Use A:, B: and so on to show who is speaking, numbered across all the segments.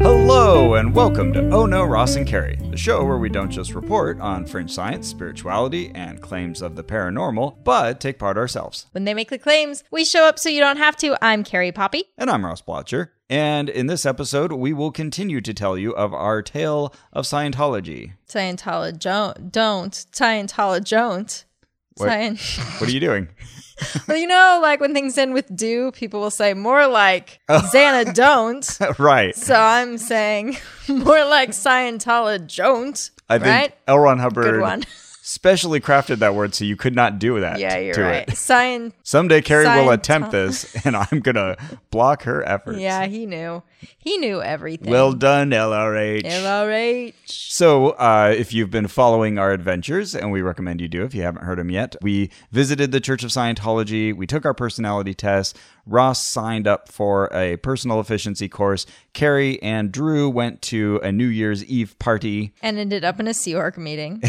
A: Hello, and welcome to Oh No, Ross and Carrie, the show where we don't just report on fringe science, spirituality, and claims of the paranormal, but take part ourselves.
B: When they make the claims, we show up so you don't have to. I'm Carrie Poppy.
A: And I'm Ross Blotcher, and in this episode, we will continue to tell you of our tale of Scientology.
B: Scientology don't, don't. Scientology don't.
A: What?
B: Scient-
A: What are you doing?
B: well, you know, like when things end with do, people will say more like
A: Oh.
B: Xana don't.
A: right.
B: So I'm saying more like Scientology don't.
A: I think
B: right?
A: L. Ron Hubbard
B: Good one.
A: specially crafted that word so you could not do that
B: Yeah, you're
A: to
B: right.
A: it.
B: Scient-
A: Someday Carrie will
B: Scient-
A: attempt this, and I'm going to block her efforts.
B: Yeah, he knew. He knew everything.
A: Well done, LRH.
B: LRH.
A: So, uh, if you've been following our adventures, and we recommend you do if you haven't heard them yet, we visited the Church of Scientology. We took our personality test. Ross signed up for a personal efficiency course. Carrie and Drew went to a New Year's Eve party.
B: And ended up in a Sea Org meeting,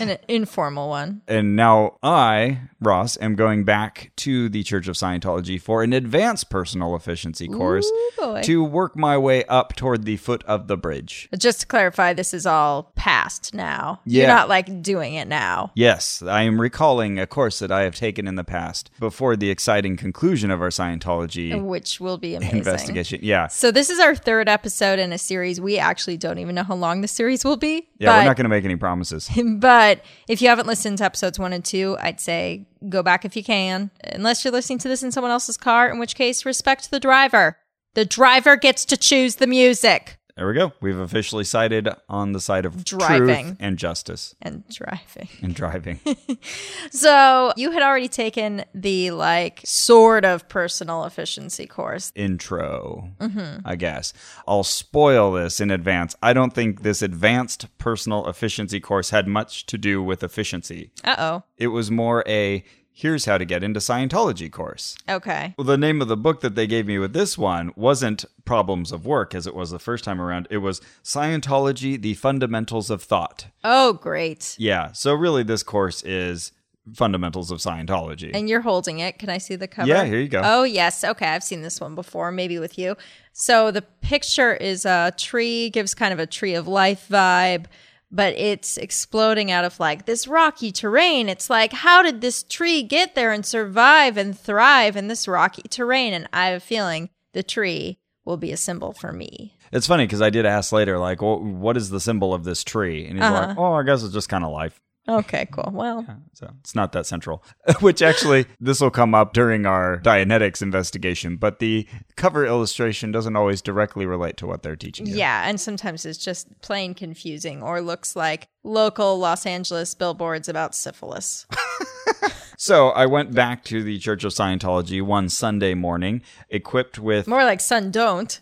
B: an informal one.
A: And now I, Ross, am going back to the Church of Scientology for an advanced personal efficiency course
B: boy.
A: to work my way up toward the foot of the bridge.
B: But just to clarify, this is all past now.
A: Yeah.
B: You're not like doing it now.
A: Yes, I am recalling a course that I have taken in the past before the exciting conclusion of our Scientology
B: Which will be amazing.
A: investigation. Yeah.
B: So this is our third episode in a series. We actually don't even know how long the series will be.
A: Yeah,
B: but,
A: we're not going to make any promises.
B: But if you haven't listened to episodes one and two, I'd say go back if you can. Unless you're listening to this in someone else's car, in which case respect the driver. The driver gets to choose the music.
A: There we go. We've officially sided on the side of truth
B: Driving.
A: and justice
B: And driving.
A: and driving.
B: So you had already taken the like sort of personal efficiency course.
A: intro,
B: Mm-hmm.
A: I guess. I'll spoil this in advance. I don't think this advanced personal efficiency course had much to do with efficiency.
B: Uh
A: It was more a here's how to get into Scientology course.
B: oh. Okay.
A: Well, the name of the book that they gave me with this one wasn't Problems of Work as it was the first time around. It was Scientology, the Fundamentals of Thought.
B: Oh, great.
A: Yeah. So, really, this course is Fundamentals of Scientology.
B: And you're holding it. Can I see the cover?
A: Yeah, here you go.
B: Oh, yes. Okay. I've seen this one before, maybe with you. So the picture is a tree, gives kind of a tree of life vibe, but it's exploding out of like this rocky terrain. It's like, how did this tree get there and survive and thrive in this rocky terrain? And I have a feeling the tree will be a symbol for me.
A: It's funny because I did ask later, like, well, what is the symbol of this tree? And he's like, oh, I guess it's just kind of life.
B: Okay, cool. Well,
A: So it's not that central, which actually, this will come up during our Dianetics investigation, but the cover illustration doesn't always directly relate to what they're teaching you.
B: Yeah, and sometimes it's just plain confusing or looks like local Los Angeles billboards about syphilis.
A: So I went back to the Church of Scientology one Sunday morning, equipped with
B: More like sun don't.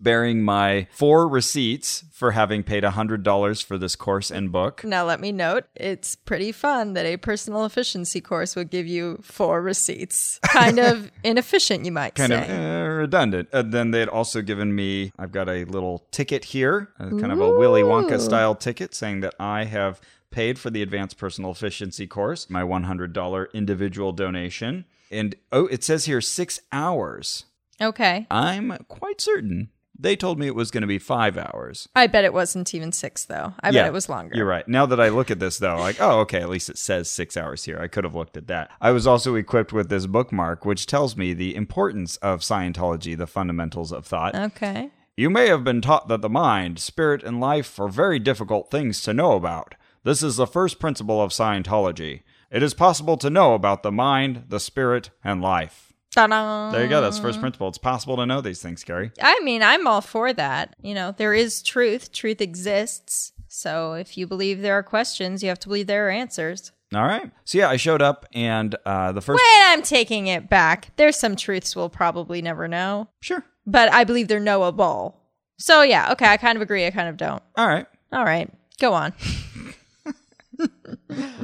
A: bearing my four receipts for having paid $100 for this course and book.
B: Now let me note, it's pretty fun that a personal efficiency course would give you four receipts. Kind of inefficient, you might
A: kind
B: say.
A: of uh, redundant. And then they had also given me, I've got a little ticket here, uh, kind of a Willy Wonka style ticket saying that I have paid for the advanced personal efficiency course, my $100 individual donation. And oh, it says here six hours.
B: Okay.
A: I'm quite certain they told me it was going to be five hours.
B: I bet it wasn't even six though. I bet it was longer.
A: You're right. Now that I look at this, though, like, oh, okay, at least it says six hours here. I could have looked at that. I was also equipped with this bookmark, which tells me the importance of Scientology, the fundamentals of thought.
B: Oh. Okay.
A: You may have been taught that the mind, spirit, and life are very difficult things to know about. This is the first principle of Scientology. It is possible to know about the mind, the spirit, and life.
B: Ta-da.
A: There you go. That's the first principle. It's possible to know these things, Gary.
B: I mean, I'm all for that. You know, there is truth. Truth exists. So if you believe there are questions, you have to believe there are answers.
A: All right. So yeah, I showed up, and uh, the first
B: Wait, I'm taking it back. There's some truths we'll probably never know,
A: sure.
B: but I believe they're knowable. So yeah, okay, I kind of agree, I kind of don't.
A: All right.
B: All right, go on.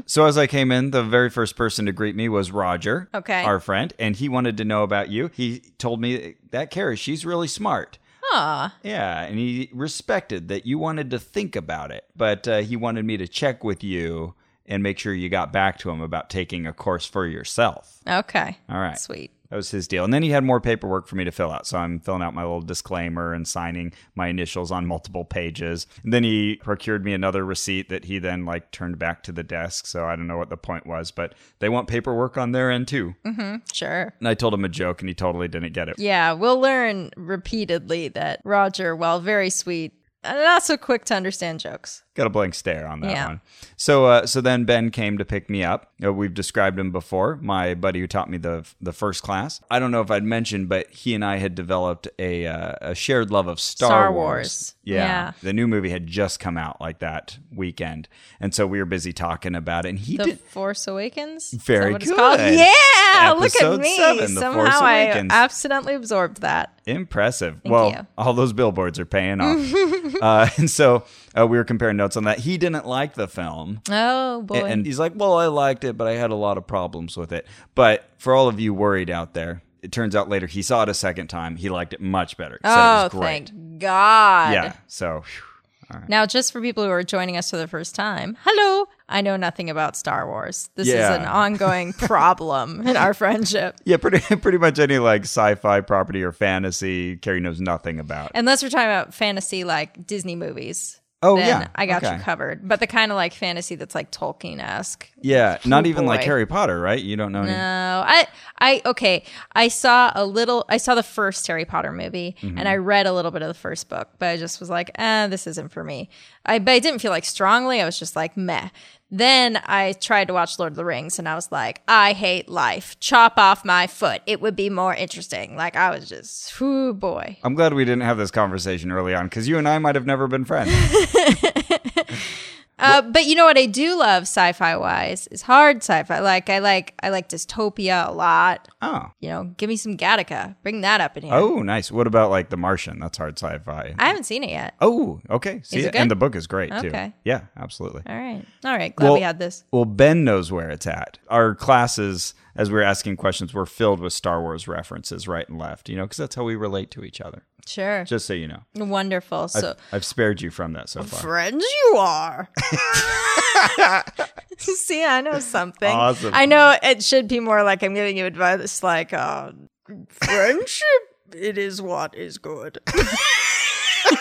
A: So as I came in, the very first person to greet me was Roger,
B: Okay.
A: our friend, and he wanted to know about you. He told me that Carrie, she's really smart.
B: Aw,
A: Yeah, and he respected that you wanted to think about it, but uh, he wanted me to check with you and make sure you got back to him about taking a course for yourself.
B: Okay.
A: All right.
B: Sweet.
A: That was his deal. And then he had more paperwork for me to fill out. So I'm filling out my little disclaimer and signing my initials on multiple pages. And then he procured me another receipt that he then like turned back to the desk. So I don't know what the point was, but they want paperwork on their end too.
B: Sure.
A: And I told him a joke and he totally didn't get it.
B: Yeah, we'll learn repeatedly that Roger, while very sweet, uh, not so quick to understand jokes.
A: Got a blank stare on that
B: Yeah.
A: one. So, uh, so then Ben came to pick me up. Uh, we've described him before. My buddy who taught me the the first class. I don't know if I'd mentioned, but he and I had developed a uh, a shared love of Star,
B: Star
A: Wars.
B: Wars.
A: Yeah.
B: Yeah.
A: the new movie had just come out like that weekend, and so we were busy talking about it. And he
B: The
A: did.
B: Force Awakens? Is that
A: Very
B: what it's called?
A: good.
B: Yeah, look
A: Episode
B: at me.
A: seven, The Force
B: Somehow I
A: Awakens.
B: accidentally absorbed that.
A: Impressive. well,
B: you.
A: all those billboards are paying off. uh, and so uh, we were comparing notes on that. He didn't like the film.
B: Oh boy.
A: And he's like, Well, I liked it, but I had a lot of problems with it. But for all of you worried out there, it turns out later he saw it a second time. He liked it much better. He said it
B: oh,
A: was great.
B: thank God.
A: Yeah. So phew.
B: Now, just for people who are joining us for the first time, hello. I know nothing about Star Wars. This
A: Yeah.
B: is an ongoing problem in our friendship.
A: yeah, pretty pretty much any like sci-fi property or fantasy Carrie knows nothing about.
B: Unless we're talking about fantasy like Disney movies.
A: Oh,
B: then
A: yeah.
B: I got
A: Okay.
B: you covered. But the kind of like fantasy that's like Tolkien esque.
A: yeah, not even like
B: Oh, boy.
A: Harry Potter, right? You don't know any.
B: No, I, I, okay. I saw a little, I saw the first Harry Potter movie and I read a little bit of the first book, but I just was like, eh, this isn't for me. I, but I didn't feel like strongly. I was just like, meh. Then I tried to watch Lord of the Rings and I was like, I hate life. Chop off my foot. It would be more interesting. Like, I was just, whoo, boy.
A: I'm glad we didn't have this conversation early on because you and I might have never been friends.
B: Uh, but you know what I do love sci-fi wise is hard sci-fi. Like I like I like dystopia a lot.
A: oh.
B: You know, give me some Gattaca. Bring that up in here.
A: Oh, nice. What about like The Martian? That's hard sci-fi.
B: I haven't seen it yet.
A: oh, okay. See,
B: it
A: it- and
B: good?
A: the book is great too.
B: Okay.
A: Yeah, absolutely.
B: All right. All right. Glad we
A: Well-
B: had this.
A: Well, Ben knows where it's at. Our classes, as we were asking questions, were filled with Star Wars references right and left, you know, because that's how we relate to each other.
B: Sure.
A: Just so you know,
B: Wonderful. So
A: I've spared you from that so far.
B: friends you are. See, I know something.
A: Awesome.
B: I know it should be more like I'm giving you advice like uh friendship it is what is good.
A: No,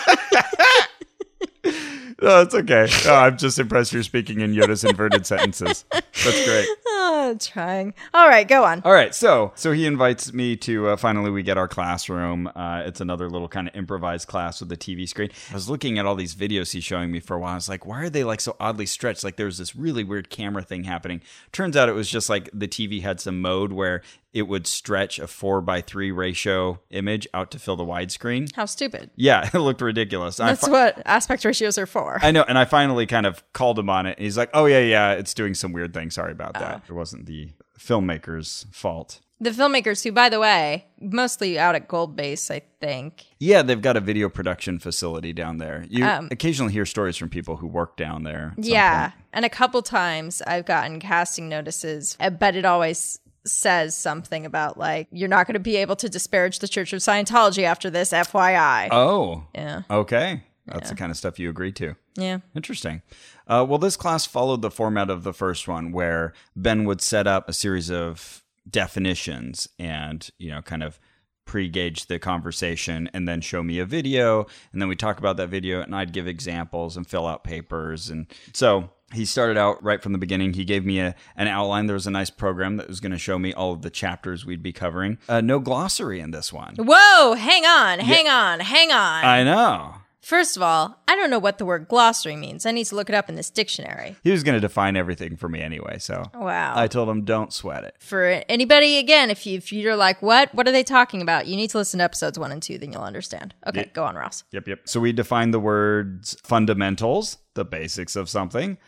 A: Oh, it's okay. No, I'm just impressed you're speaking in Yoda's inverted sentences. That's great.
B: Ah, trying. All right, go on.
A: All right, so so he invites me to uh, finally we get our classroom. Uh, it's another little kind of improvised class with a TV screen. I was looking at all these videos he's showing me for a while. I was like, why are they like so oddly stretched? Like there was this really weird camera thing happening. Turns out it was just like the TV had some mode where it would stretch a four by three ratio image out to fill the widescreen.
B: How stupid.
A: Yeah, it looked ridiculous. I
B: That's
A: fi-
B: what aspect ratios are for.
A: I know, and I finally kind of called him on it. And he's like, "Oh yeah, yeah, it's doing some weird thing. Sorry about that. It wasn't the filmmaker's fault."
B: the filmmakers, who, by the way, mostly out at Gold Base, I think.
A: Yeah, they've got a video production facility down there. You
B: Um,
A: occasionally hear stories from people who work down there. at some
B: yeah.
A: point.
B: And a couple times I've gotten casting notices, uh, but it always says something about like, you're not going to be able to disparage the Church of Scientology after this, FYI.
A: Oh.
B: yeah.
A: Okay. That's the kind of stuff you agree to.
B: Yeah.
A: Interesting. Uh, well, this class followed the format of the first one, where Ben would set up a series of definitions and you know, kind of pre-gauge the conversation, and then show me a video, and then we talk about that video, and I'd give examples and fill out papers, and so. He started out right from the beginning. He gave me a, an outline. There was a nice program that was going to show me all of the chapters we'd be covering. Uh, no glossary in this one.
B: Whoa, hang on, hang on, hang on.
A: I know.
B: First of all, I don't know what the word glossary means. I need to look it up in this dictionary.
A: He was going to define everything for me anyway. So
B: Oh, Wow.
A: I told him, don't sweat it.
B: for anybody again if you if you're like what what are they talking about you need to listen to episodes one and two then you'll understand okay go on ross
A: Yep, yep. So we define the words fundamentals, the basics of something.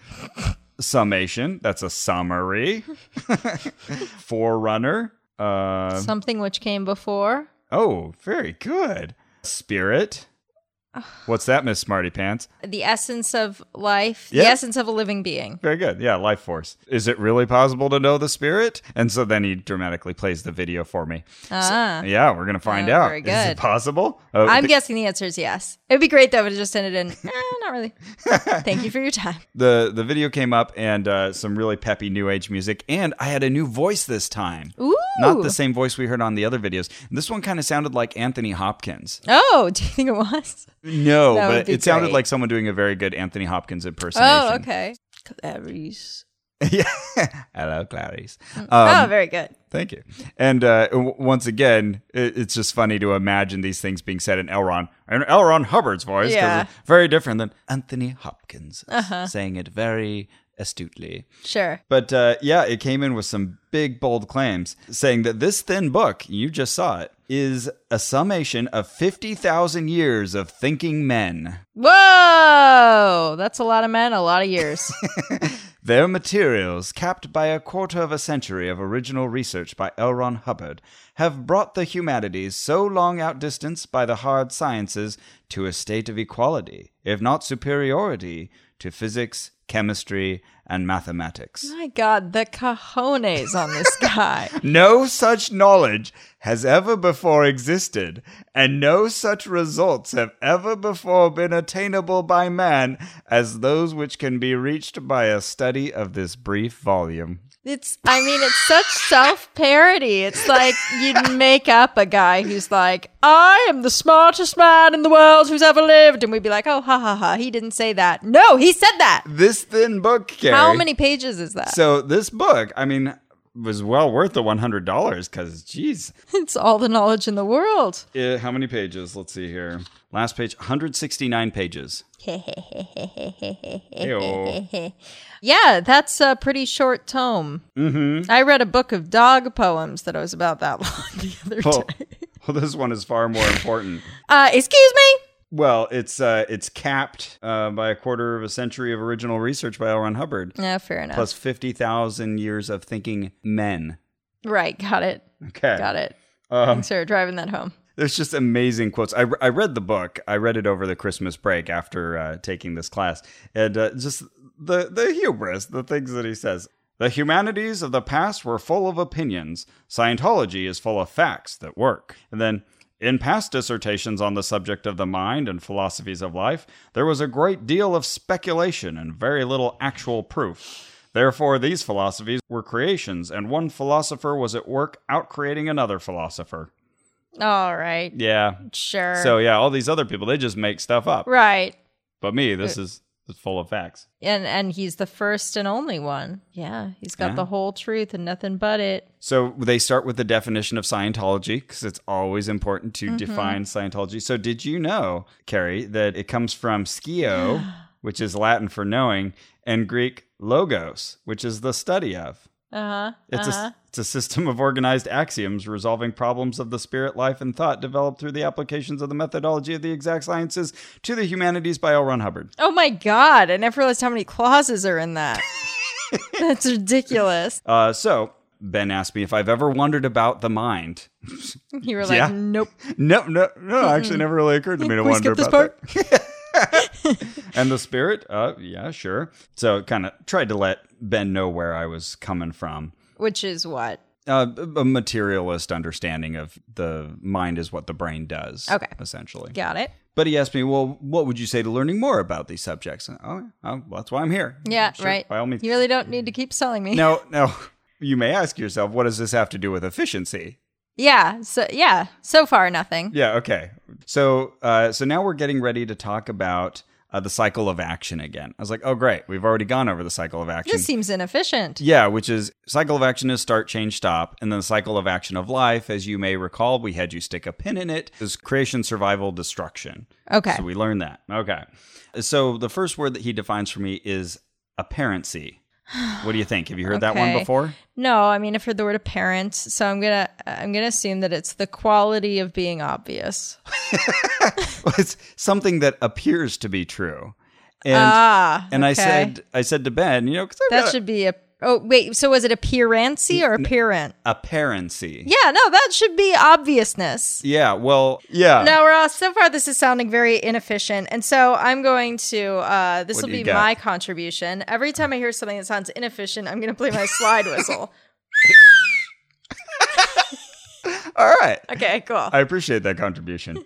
A: Summation, that's a summary. Forerunner. Uh,
B: something which came before
A: oh, very good. Spirit. What's that, Miss Smarty Pants?
B: The essence of life,
A: Yeah.
B: the essence of a living being.
A: Very good. Yeah, life force. Is it really possible to know the spirit? And so then he dramatically plays the video for me. So- yeah, we're gonna find
B: Oh,
A: out.
B: very
A: Is it
B: good.
A: possible? Uh,
B: I'm
A: the-
B: guessing the answer is yes. It would be great though if it just ended in, eh, not really. Thank you for your time.
A: the the video came up and uh, some really peppy new age music and i had a new voice this time
B: Ooh.
A: not the same voice we heard on the other videos this one kind of sounded like anthony hopkins
B: Oh, do you think it was?
A: no
B: That would
A: but
B: be
A: it sounded
B: great.
A: like someone doing a very good anthony hopkins impersonation
B: Oh, okay. Clarice.
A: yeah hello clarice um,
B: oh, very good.
A: thank you and uh, w- once again it, it's just funny to imagine these things being said in elron and elron hubbard's voice 'cause
B: Yeah. Uh-huh.
A: it's very different than anthony hopkins saying it very astutely
B: Sure.
A: But uh, yeah, it came in with some big, bold claims saying that this thin book, you just saw it, is a summation of 50,000 years of thinking men.
B: Whoa, that's a lot of men, a lot of years.
A: Their materials, capped by a quarter of a century of original research by L. Ron Hubbard, have brought the humanities, so long outdistanced by the hard sciences, to a state of equality, if not superiority, to physics, chemistry, and mathematics.
B: My God, the cojones on this guy.
A: No such knowledge has ever before existed, and no such results have ever before been attainable by man as those which can be reached by a study of this brief volume.
B: It's, I mean, it's such self parody. It's like you'd make up a guy who's like, I am the smartest man in the world who's ever lived. And we'd be like, oh, ha ha ha, he didn't say that. No, he said that.
A: This thin book, Carrie.
B: How many pages is that?
A: So this book, I mean, was well worth the one hundred dollars because, geez,
B: It's all the knowledge in the world.
A: Uh, how many pages? Let's see here. Last page, one hundred sixty-nine pages.
B: Eh,
A: Ew.
B: Yeah, that's a pretty short tome. Mm-hmm. I read a book of dog poems that was about that long the other
A: Well,
B: day.
A: well, this one is far more important.
B: Uh, excuse me.
A: Well, it's uh, it's capped uh, by a quarter of a century of original research by L. Ron Hubbard,
B: No, fair enough.
A: plus fifty thousand years of thinking men.
B: right, got it,
A: Okay,
B: got it.
A: Um,
B: Thanks for driving that home.
A: there's just amazing quotes. I, I read the book. I read it over the Christmas break after uh, taking this class, and uh, just the the hubris, the things that he says. The humanities of the past were full of opinions. Scientology is full of facts that work. And then, in past dissertations on the subject of the mind and philosophies of life, there was a great deal of speculation and very little actual proof. Therefore, these philosophies were creations, and one philosopher was at work outcreating another philosopher.
B: All right,
A: Yeah,
B: sure.
A: so yeah, all these other people they just make stuff up.
B: right,
A: But me, this is it's full of facts.
B: and and he's the first and only one. Yeah, he's got
A: Yeah.
B: the whole truth and nothing but it.
A: So they start with the definition of Scientology because it's always important to define Scientology. So did you know, Carrie, that it comes from "skio," which is Latin for knowing, and Greek logos, which is the study of.
B: Uh huh.
A: It's a it's a system of organized axioms resolving problems of the spirit, life, and thought developed through the applications of the methodology of the exact sciences to the humanities by L. Ron Hubbard.
B: Oh my god! I never realized how many clauses are in that. That's ridiculous.
A: Uh, so Ben asked me if I've ever wondered about the mind.
B: You were like,
A: Yeah.
B: nope.
A: No, no, no. Actually, never really occurred to me to
B: Mm-hmm. Can we
A: wonder
B: skip this
A: about
B: part?
A: that. and the spirit, uh, yeah, sure. So kind of tried to let Ben know where I was coming from.
B: Which is what?
A: Uh, a materialist understanding of the mind is what the brain does.
B: Okay.
A: essentially.
B: Got it.
A: But he asked me, "Well, what would you say to learning more about these subjects?" And, oh, oh, that's why I'm here.
B: Yeah,
A: Sure,
B: right.
A: By all means.
B: You really don't need to keep selling me.
A: Now, now, you may ask yourself, what does this have to do with efficiency?
B: Yeah. So yeah. So far, nothing.
A: Yeah. Okay. So, uh, so now we're getting ready to talk about uh, the cycle of action again. I was like, oh, great, we've already gone over the cycle of action.
B: This seems inefficient.
A: yeah, which is cycle of action is start, change, stop, and then the cycle of action of life, as you may recall, we had you stick a pin in it, is creation, survival, destruction.
B: Okay.
A: So we learned that. Okay. So the first word that he defines for me is apparency. What do you think? Have you heard that one
B: Okay.
A: before?
B: No, I mean I've heard the word apparent, so I'm gonna I'm gonna assume that it's the quality of being obvious.
A: Well, it's something that appears to be true. And
B: ah.
A: And I
B: okay.
A: said, I said to Ben, you know, because
B: that should be a Oh wait, so was it appearancy or apparent?
A: Apparency.
B: Yeah, no, that should be obviousness.
A: Yeah, well, yeah.
B: No, Ross, so far this is sounding very inefficient. And so I'm going to, uh, this
A: What
B: will
A: do you
B: be
A: got?
B: my contribution. Every time I hear something that sounds inefficient, I'm going to play my slide whistle.
A: All right.
B: Okay, cool.
A: I appreciate that contribution.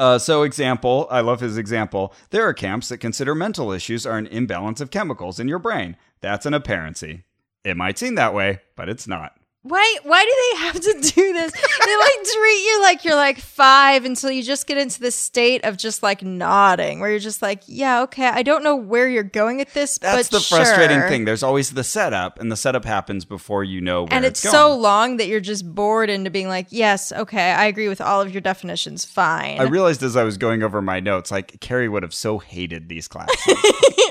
A: Uh, so, example, I love his example. There are camps that consider mental issues are an imbalance of chemicals in your brain. That's an apparency. It might seem that way, but it's not.
B: Why, why do they have to do this? They like treat you like you're like five until you just get into this state of just like nodding where you're just like, yeah, okay, I don't know where you're going at this,
A: That's
B: but
A: the frustrating
B: sure.
A: thing. There's always the setup, and the setup happens before you know where
B: and it's
A: it's,
B: so
A: going.
B: long that you're just bored into being like, yes, okay, I agree with all of your definitions. Fine.
A: I realized as I was going over my notes, like Carrie would have so hated these classes.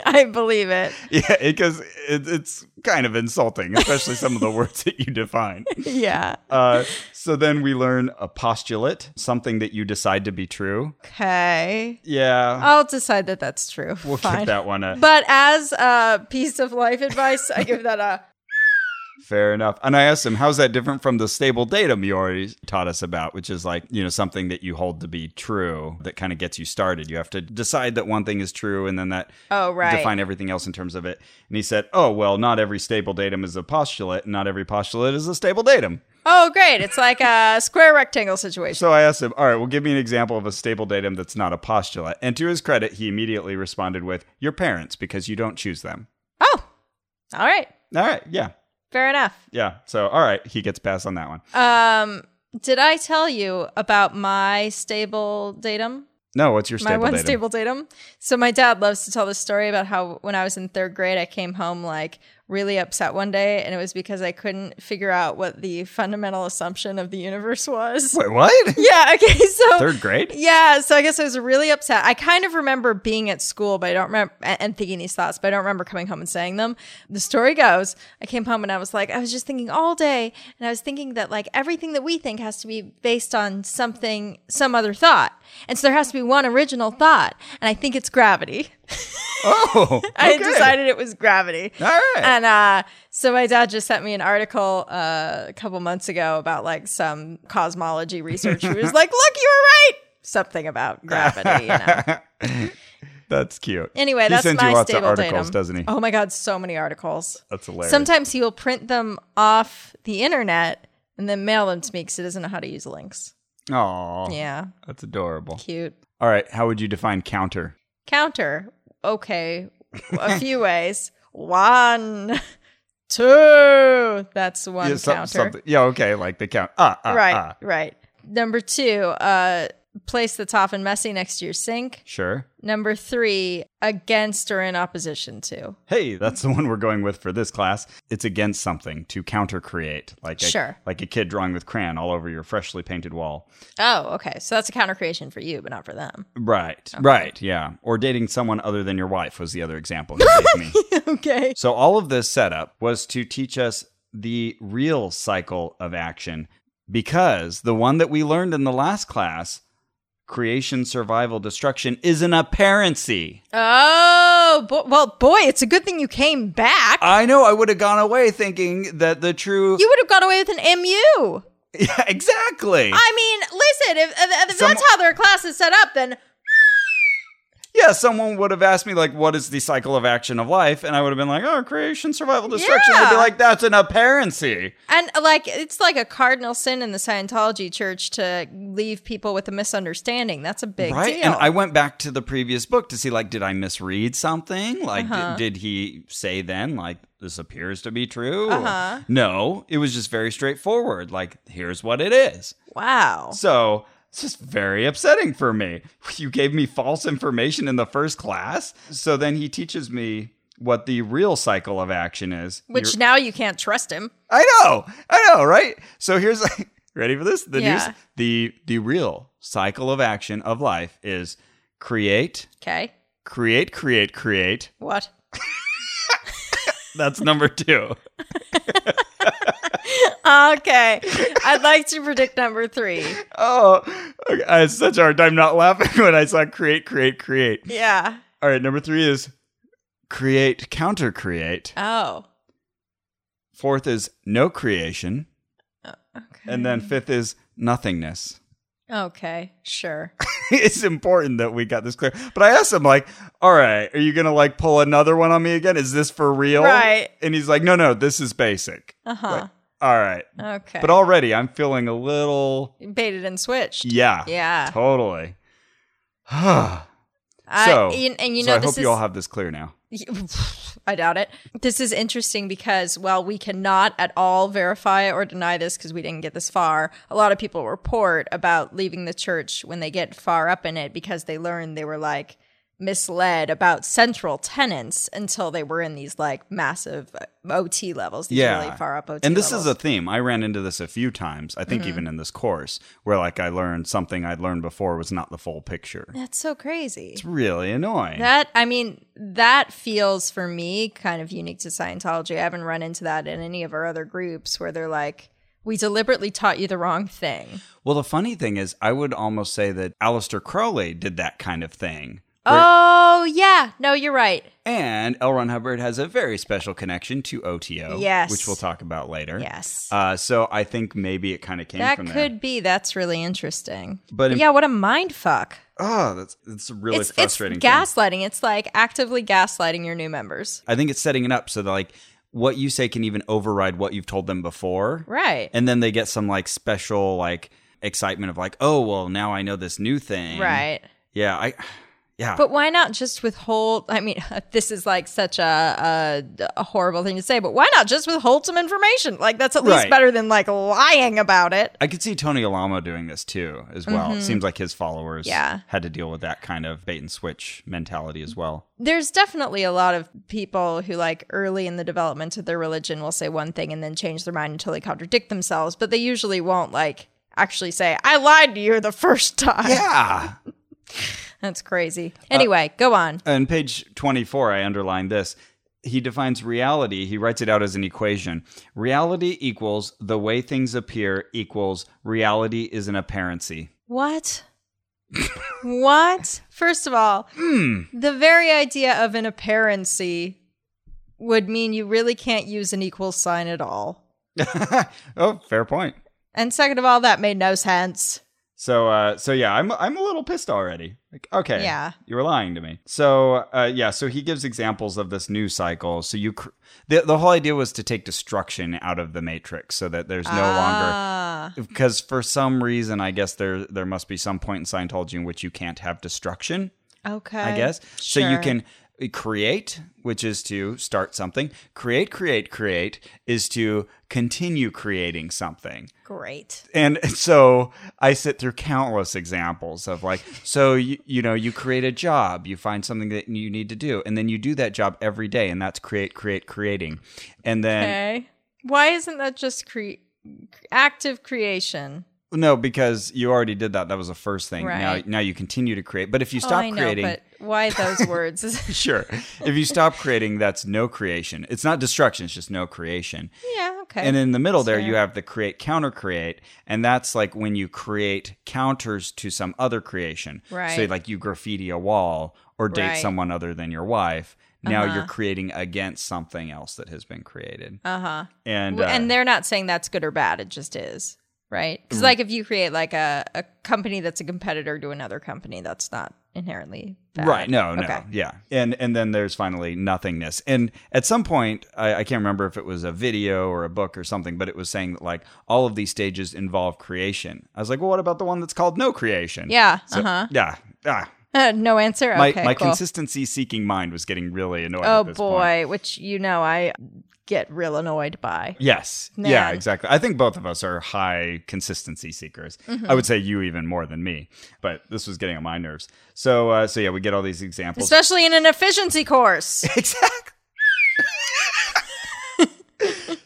B: I believe it.
A: yeah, because it, it's kind of insulting, especially some of the words that you define.
B: Yeah.
A: Uh, so then we learn a postulate, something that you decide to be true.
B: Okay.
A: Yeah.
B: I'll decide that that's true.
A: We'll
B: Oh, Fine.
A: keep that one uh, up.
B: But as a piece of life advice, I give that a.
A: Fair enough. And I asked him, how's that different from the stable datum you already taught us about, which is like, you know, something that you hold to be true that kind of gets you started. You have to decide that one thing is true and then that
B: Oh, right.
A: define everything else in terms of it. And he said, oh, well, not every stable datum is a postulate. and Not every postulate is a stable datum.
B: Oh, great. It's like a square rectangle situation.
A: So I asked him, all right, well, give me an example of a stable datum that's not a postulate. And to his credit, he immediately responded with, your parents, because you don't choose them.
B: Oh, all right.
A: All right. Yeah.
B: Fair enough.
A: Yeah. So, all right. He gets passed on that one.
B: Um, did I tell you about my stable datum?
A: No, what's your
B: my
A: stable
B: one
A: datum?
B: stable datum. So my dad loves to tell the story about how when I was in third grade, I came home like really upset one day, and it was because I couldn't figure out what the fundamental assumption of the universe was.
A: Wait, what?
B: Yeah. Okay. So
A: Third grade?
B: Yeah, so I guess I was really upset. I kind of remember being at school, but I don't remember and thinking these thoughts, but I don't remember coming home and saying them. The story goes, I came home and I was like, I was just thinking all day, and I was thinking that like everything that we think has to be based on something, some other thought, and so there has to be one original thought, and I think it's gravity.
A: Oh,
B: I
A: okay.
B: decided it was gravity.
A: All right.
B: And uh, so my dad just sent me an article uh, a couple months ago about like some cosmology research. He was like, "Look, you were right. Something about gravity." You know.
A: That's cute.
B: Anyway,
A: he
B: that's
A: sends
B: my
A: you lots
B: stable
A: of articles,
B: datum.
A: doesn't he?
B: Oh my god, so many articles.
A: That's hilarious.
B: Sometimes he will print them off the internet and then mail them to me because he doesn't know how to use links.
A: Aw,
B: Yeah,
A: that's adorable.
B: cute.
A: All right, how would you define counter?
B: counter. Okay, a few ways. One, two. That's one
A: yeah, some-
B: counter.
A: something- yeah, okay, like the count. Ah, ah,
B: right,
A: ah.
B: right. Number two, uh, place that's often messy next to your sink.
A: Sure.
B: Number three, against or in opposition to.
A: Hey, that's the one we're going with for this class. It's against something to counter create, like a,
B: Sure.
A: like a kid drawing with crayon all over your freshly painted wall.
B: Oh, okay. So that's a counter creation for you, but not for them.
A: Right, right, yeah. Or dating someone other than your wife was the other example he gave me.
B: okay.
A: So, all of this setup was to teach us the real cycle of action because the one that we learned in the last class, creation, survival, destruction, is an apparency.
B: Oh, bo- well, boy, it's a good thing you came back.
A: I know I would have gone away thinking that the true.
B: you would have got away with an MU.
A: yeah, exactly.
B: I mean, listen, if, if, if
A: Some-
B: that's how their class is set up, then
A: yeah, someone would have asked me, like, what is the cycle of action of life? And I would have been like, oh, creation, survival, destruction. I'd be
B: Yeah.
A: like, that's an apparency.
B: And like it's like a cardinal sin in the Scientology church to leave people with a misunderstanding. That's a big
A: right
B: deal.
A: and i went back to the previous book to see like did i misread something like di-
B: Uh-huh.
A: did, he say then like this appears to be true Or-
B: Uh-huh.
A: no it was just very straightforward like here's what it is
B: wow.
A: so it's just very upsetting for me you gave me false information in the first class so then he teaches me what the real cycle of action is
B: Which
A: You're-
B: now you can't trust him.
A: i know i know right so here's ready for this the
B: Yeah.
A: news the the real cycle of action of life is create
B: Okay.
A: create, create, create.
B: What?
A: That's number two.
B: Okay. I'd like to predict number three.
A: Oh, okay. I had such a hard time not laughing when I saw create, create, create.
B: Yeah.
A: All right, number three is create, counter create,
B: Oh.
A: Fourth is no creation.
B: Okay.
A: And then fifth is nothingness.
B: Okay, sure.
A: it's important that we got this clear. But I asked him, like, all right, are you going to like pull another one on me again? Is this for real?
B: Right.
A: And he's like, no, no, this is basic.
B: Uh huh.
A: All right.
B: Okay.
A: But already I'm feeling a little,
B: baited and switched.
A: yeah,
B: Yeah.
A: totally. so,
B: I, you- and you
A: so
B: know
A: I
B: this
A: hope
B: is
A: you all have this clear now.
B: I doubt it. This is interesting because while we cannot at all verify or deny this because we didn't get this far, a lot of people report about leaving the church when they get far up in it because they learned they were like misled about central tenants until they were in these like massive uh, OT levels, these
A: Yeah.
B: really far up OT
A: And this
B: levels.
A: is a theme. I ran into this a few times, I
B: Mm-hmm.
A: think even in this course, where like I learned something I'd learned before was not the full picture.
B: That's so crazy.
A: It's really annoying.
B: That I mean, that feels for me kind of unique to Scientology. I haven't run into that in any of our other groups where they're like, "We deliberately taught you the wrong thing."
A: Well, the funny thing is, I would almost say that Aleister Crowley did that kind of thing.
B: Oh yeah, no, you're right.
A: And L. Ron Hubbard has a very special connection to OTO,
B: Yes.
A: which we'll talk about later.
B: Yes,
A: Uh, so I think maybe it kind of came
B: that
A: from
B: could
A: there.
B: be. That's really interesting.
A: But in-
B: yeah, what a mind fuck.
A: Oh, that's it's a really
B: it's it's
A: frustrating. thing.
B: gaslighting. It's like actively gaslighting your new members.
A: I think it's setting it up so that like what you say can even override what you've told them before.
B: Right.
A: And then they get some like special like excitement of like, oh well, now I know this new thing.
B: right.
A: Yeah. I. Yeah.
B: But why not just withhold? I mean, this is like such a, a, a horrible thing to say, but why not just withhold some information? Like, that's at least
A: Right.
B: better than like lying about it.
A: I could see Tony Alamo doing this too, as well. It seems like his followers
B: Yeah.
A: had to deal with that kind of bait and switch mentality as well.
B: There's definitely a lot of people who, like, early in the development of their religion will say one thing and then change their mind until they contradict themselves, but they usually won't, like, actually say, I lied to you the first time.
A: Yeah.
B: That's crazy. Anyway, go on.
A: On page 24, I underlined this. He defines reality, he writes it out as an equation. Reality equals the way things appear equals reality is an apparency.
B: What? what? First of all,
A: Hmm.
B: the very idea of an apparency would mean you really can't use an equal sign at all.
A: oh, fair point.
B: And second of all, that made no sense.
A: So uh so yeah, I'm I'm a little pissed already. Like okay.
B: Yeah.
A: You were lying to me. So uh yeah, so he gives examples of this new cycle. So you cr- the the whole idea was to take destruction out of the matrix so that there's no longer
B: Ah,
A: because for some reason I guess there there must be some point in Scientology in which you can't have destruction,
B: okay.
A: I guess. So you
B: Uh, Sure.
A: can uh, create, which is to start something. Create, create, create is to continue creating something
B: Great.
A: and so I sit through countless examples of like, so you, you know, you create a job, you find something that you need to do, and then you do that job every day, and that's create, create, creating, and then
B: Okay. Why isn't that just cre- active creation?
A: no, because you already did that. That was the first thing.
B: Right.
A: Now, now you continue to create, but if you
B: Oh,
A: stop
B: I know,
A: creating.
B: but why those words?
A: Sure. If you stop creating, that's no creation. It's not destruction, it's just no creation.
B: yeah, okay.
A: And in the middle there, you have the create counter create, and that's like when you create counters to some other creation. So
B: Right.
A: like you graffiti a wall or date
B: Right.
A: someone other than your wife. Now you're creating against something else that has been created.
B: uh-huh.
A: And
B: W-
A: uh,
B: and they're not saying that's good or bad. It just is, right?
A: Mm-hmm.
B: Because like if you create like a, a company that's a competitor to another company, that's not inherently bad.
A: Right. No, no.
B: Okay.
A: Yeah. And and then there's finally nothingness. And at some point, I, I can't remember if it was a video or a book or something, but it was saying that like all of these stages involve creation. I was like, well, what about the one that's called no creation?
B: Yeah.
A: So-
B: uh-huh.
A: Yeah. Ah,
B: no answer.
A: my
B: okay.
A: my
B: cool.
A: consistency seeking mind was getting really annoyed.
B: oh
A: at this Point.
B: boy, which you know I get real annoyed by.
A: Yes. Yeah,
B: Man.
A: exactly. I think both of us are high consistency seekers.
B: Mm-hmm.
A: I would say you even more than me, but this was getting on my nerves. So, uh, so yeah, we get all these examples.
B: Especially in an efficiency course.
A: exactly.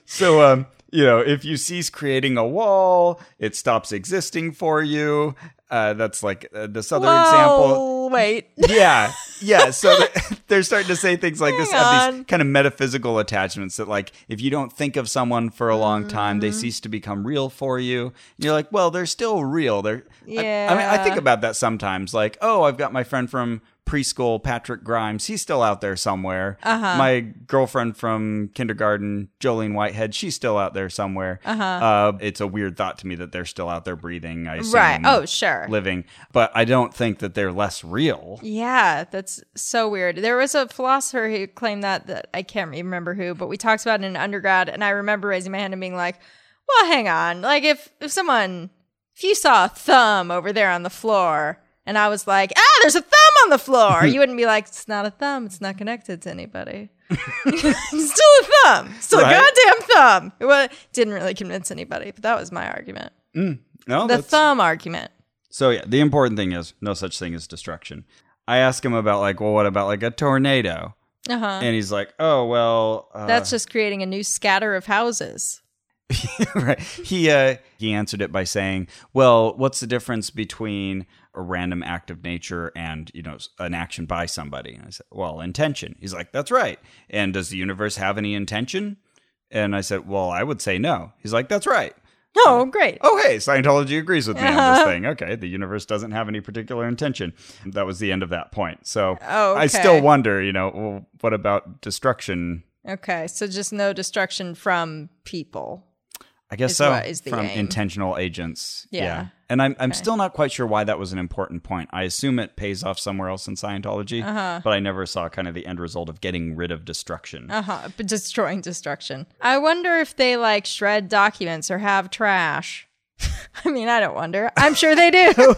A: so, um, you know, if you cease creating a wall, it stops existing for you. Uh, that's like uh, this other example.
B: Whoa, Oh, Wait.
A: Yeah, yeah. So th- they're starting to say things like this
B: Hang
A: have these
B: on.
A: kind of metaphysical attachments that, like, if you don't think of someone for a long time,
B: Mm.
A: they cease to become real for you. And you're like, well, they're still real. They're I, I mean, I
B: Yeah.
A: think about that sometimes. Like, oh, I've got my friend from preschool, Patrick Grimes. He's still out there somewhere. Uh-huh. My girlfriend from kindergarten, Jolene Whitehead. She's still out there somewhere. Uh-huh. it's a weird thought to me that they're still out there breathing. I assume,
B: Right. Oh, sure.
A: living, but I don't think that they're less real.
B: Yeah, that's so weird. There was a philosopher who claimed that that I can't remember who, but we talked about it in undergrad and I remember raising my hand and being like, "Well, hang on. Like if if someone if you saw a thumb over there on the floor and I was like, "Ah, there's a thumb on the floor." you wouldn't be like, "It's not a thumb. It's not connected to anybody." it's still a thumb. It's Still
A: Right.
B: a goddamn thumb. It wa- didn't really convince anybody, but that was my argument.
A: No,
B: The
A: that's,
B: thumb argument.
A: so yeah. The important thing is no such thing as destruction. I ask him about like, well, what about like a tornado?
B: Uh-huh.
A: And he's like, oh well, uh,
B: That's just creating a new scatter of houses.
A: right. He uh, he answered it by saying, "Well, what's the difference between a random act of nature and you know an action by somebody?" And I said, "Well, intention." He's like, "That's right." And does the universe have any intention? And I said, "Well, I would say no." He's like, "That's right."
B: Oh, great.
A: Oh, hey, Scientology agrees with me on this thing. Okay, the universe doesn't have any particular intention. That was the end of that point. So
B: Oh,
A: I
B: okay.
A: still wonder, you know, well, what about destruction?
B: Okay, so just no destruction from people.
A: I guess
B: is
A: so.
B: what is the
A: from
B: aim.
A: intentional agents.
B: Yeah.
A: And I'm, I'm still not quite sure why that was an important point. I assume it pays off somewhere else in Scientology, but I never saw kind of the end result of getting rid of destruction.
B: Uh-huh. Uh huh. But destroying destruction. I wonder if they like shred documents or have trash. I mean, I don't wonder. I'm sure they do.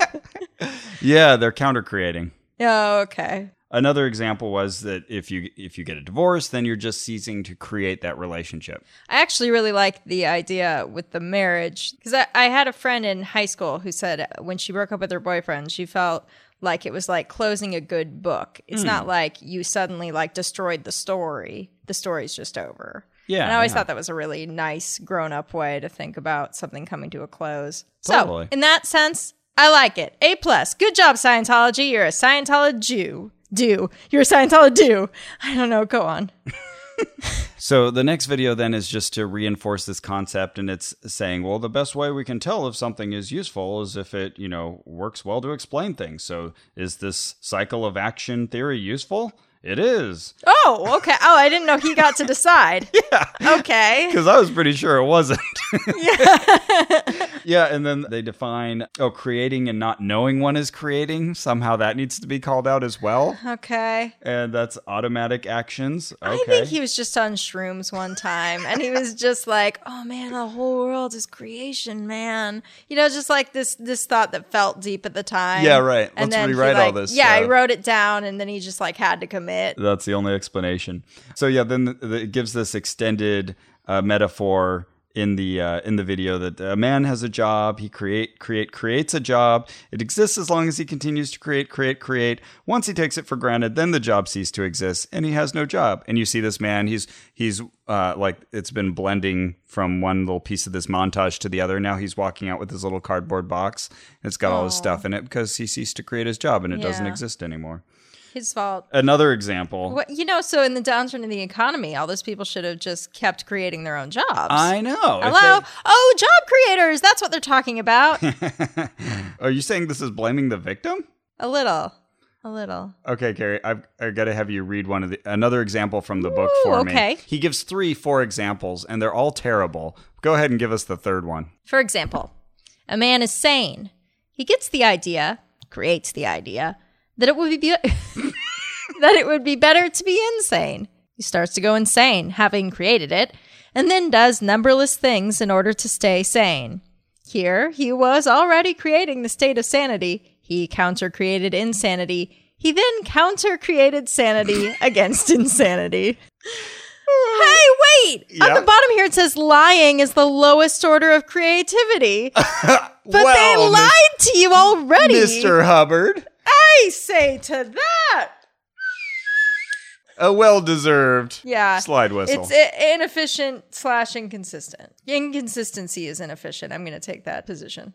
A: Yeah, they're counter creating.
B: oh, okay.
A: Another example was that if you if you get a divorce, then you're just ceasing to create that relationship.
B: I actually really like the idea with the marriage because I, I had a friend in high school who said when she broke up with her boyfriend, she felt like it was like closing a good book. It's
A: Hmm.
B: not like you suddenly like destroyed the story. The story's just over.
A: Yeah,
B: And I always
A: yeah.
B: thought that was a really nice grown up way to think about something coming to a close.
A: Totally.
B: So in that sense, I like it. A plus. Good job, Scientology. You're a Scientology Jew. Do. You're a Scientology Jew. I don't know. Go on.
A: So the next video then is just to reinforce this concept, and it's saying, well, the best way we can tell if something is useful is if it, you know, works well to explain things. So is this cycle of action theory useful? It is,
B: Oh, okay. Oh, I didn't know he got to decide. yeah. Okay.
A: because I was pretty sure it wasn't. yeah. yeah, and then they define, oh, creating and not knowing one is creating. Somehow that needs to be called out as well,
B: Okay.
A: and that's automatic actions. Okay.
B: I think he was just on shrooms one time and he was just like, "Oh man, the whole world is creation, man." You know, just like this this thought that felt deep at the time.
A: Yeah, right. Let's
B: he,
A: rewrite all
B: like-
A: this
B: Yeah, I
A: stuff.
B: wrote it down and then he just like had to commit.
A: That's the only explanation. So yeah, then th- th- it gives this extended uh, metaphor in the uh, in the video that a man has a job, he create create creates a job. It exists as long as he continues to create create create. Once he takes it for granted, then the job ceases to exist and he has no job. And you see this man, he's he's uh, like it's been blending from one little piece of this montage to the other. Now he's walking out with his little cardboard box. It's got all his stuff in it because he ceased to create his job and it doesn't
B: Yeah.
A: exist anymore.
B: His fault.
A: Another example.
B: What you know, so in the downturn of the economy, all those people should have just kept creating their own jobs.
A: I know. If
B: Hello? oh, job creators. That's what they're talking about.
A: they- are you saying this is blaming the victim?
B: a little. A little.
A: Okay, Carrie, I've, i got to have you read one of the another example from the book
B: Ooh,
A: for me.
B: okay.
A: He gives three, four examples, and they're all terrible. Go ahead and give us the third one.
B: For example, a man is sane. He gets the idea, creates the idea that it would be, that it would be better to be insane. He starts to go insane having created it and then does numberless things in order to stay sane. Here, he was already creating the state of sanity. He counter created insanity. He then counter created sanity against insanity. Hey, wait! On
A: Yeah.
B: the bottom here, it says lying is the lowest order of creativity. But
A: But
B: they lied to you already.
A: Mr. Hubbard.
B: I say to that.
A: A well-deserved
B: Yeah.
A: slide whistle.
B: It's i- inefficient slash inconsistent. Inconsistency is inefficient. I'm going to take that position.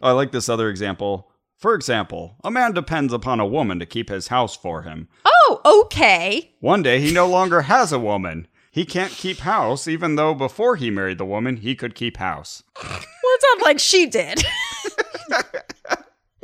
A: I like this other example. For example, a man depends upon a woman to keep his house for him.
B: Oh, okay.
A: One day he no longer has a woman. He can't keep house, even though before he married the woman, he could keep house.
B: Well, it sounds like she did.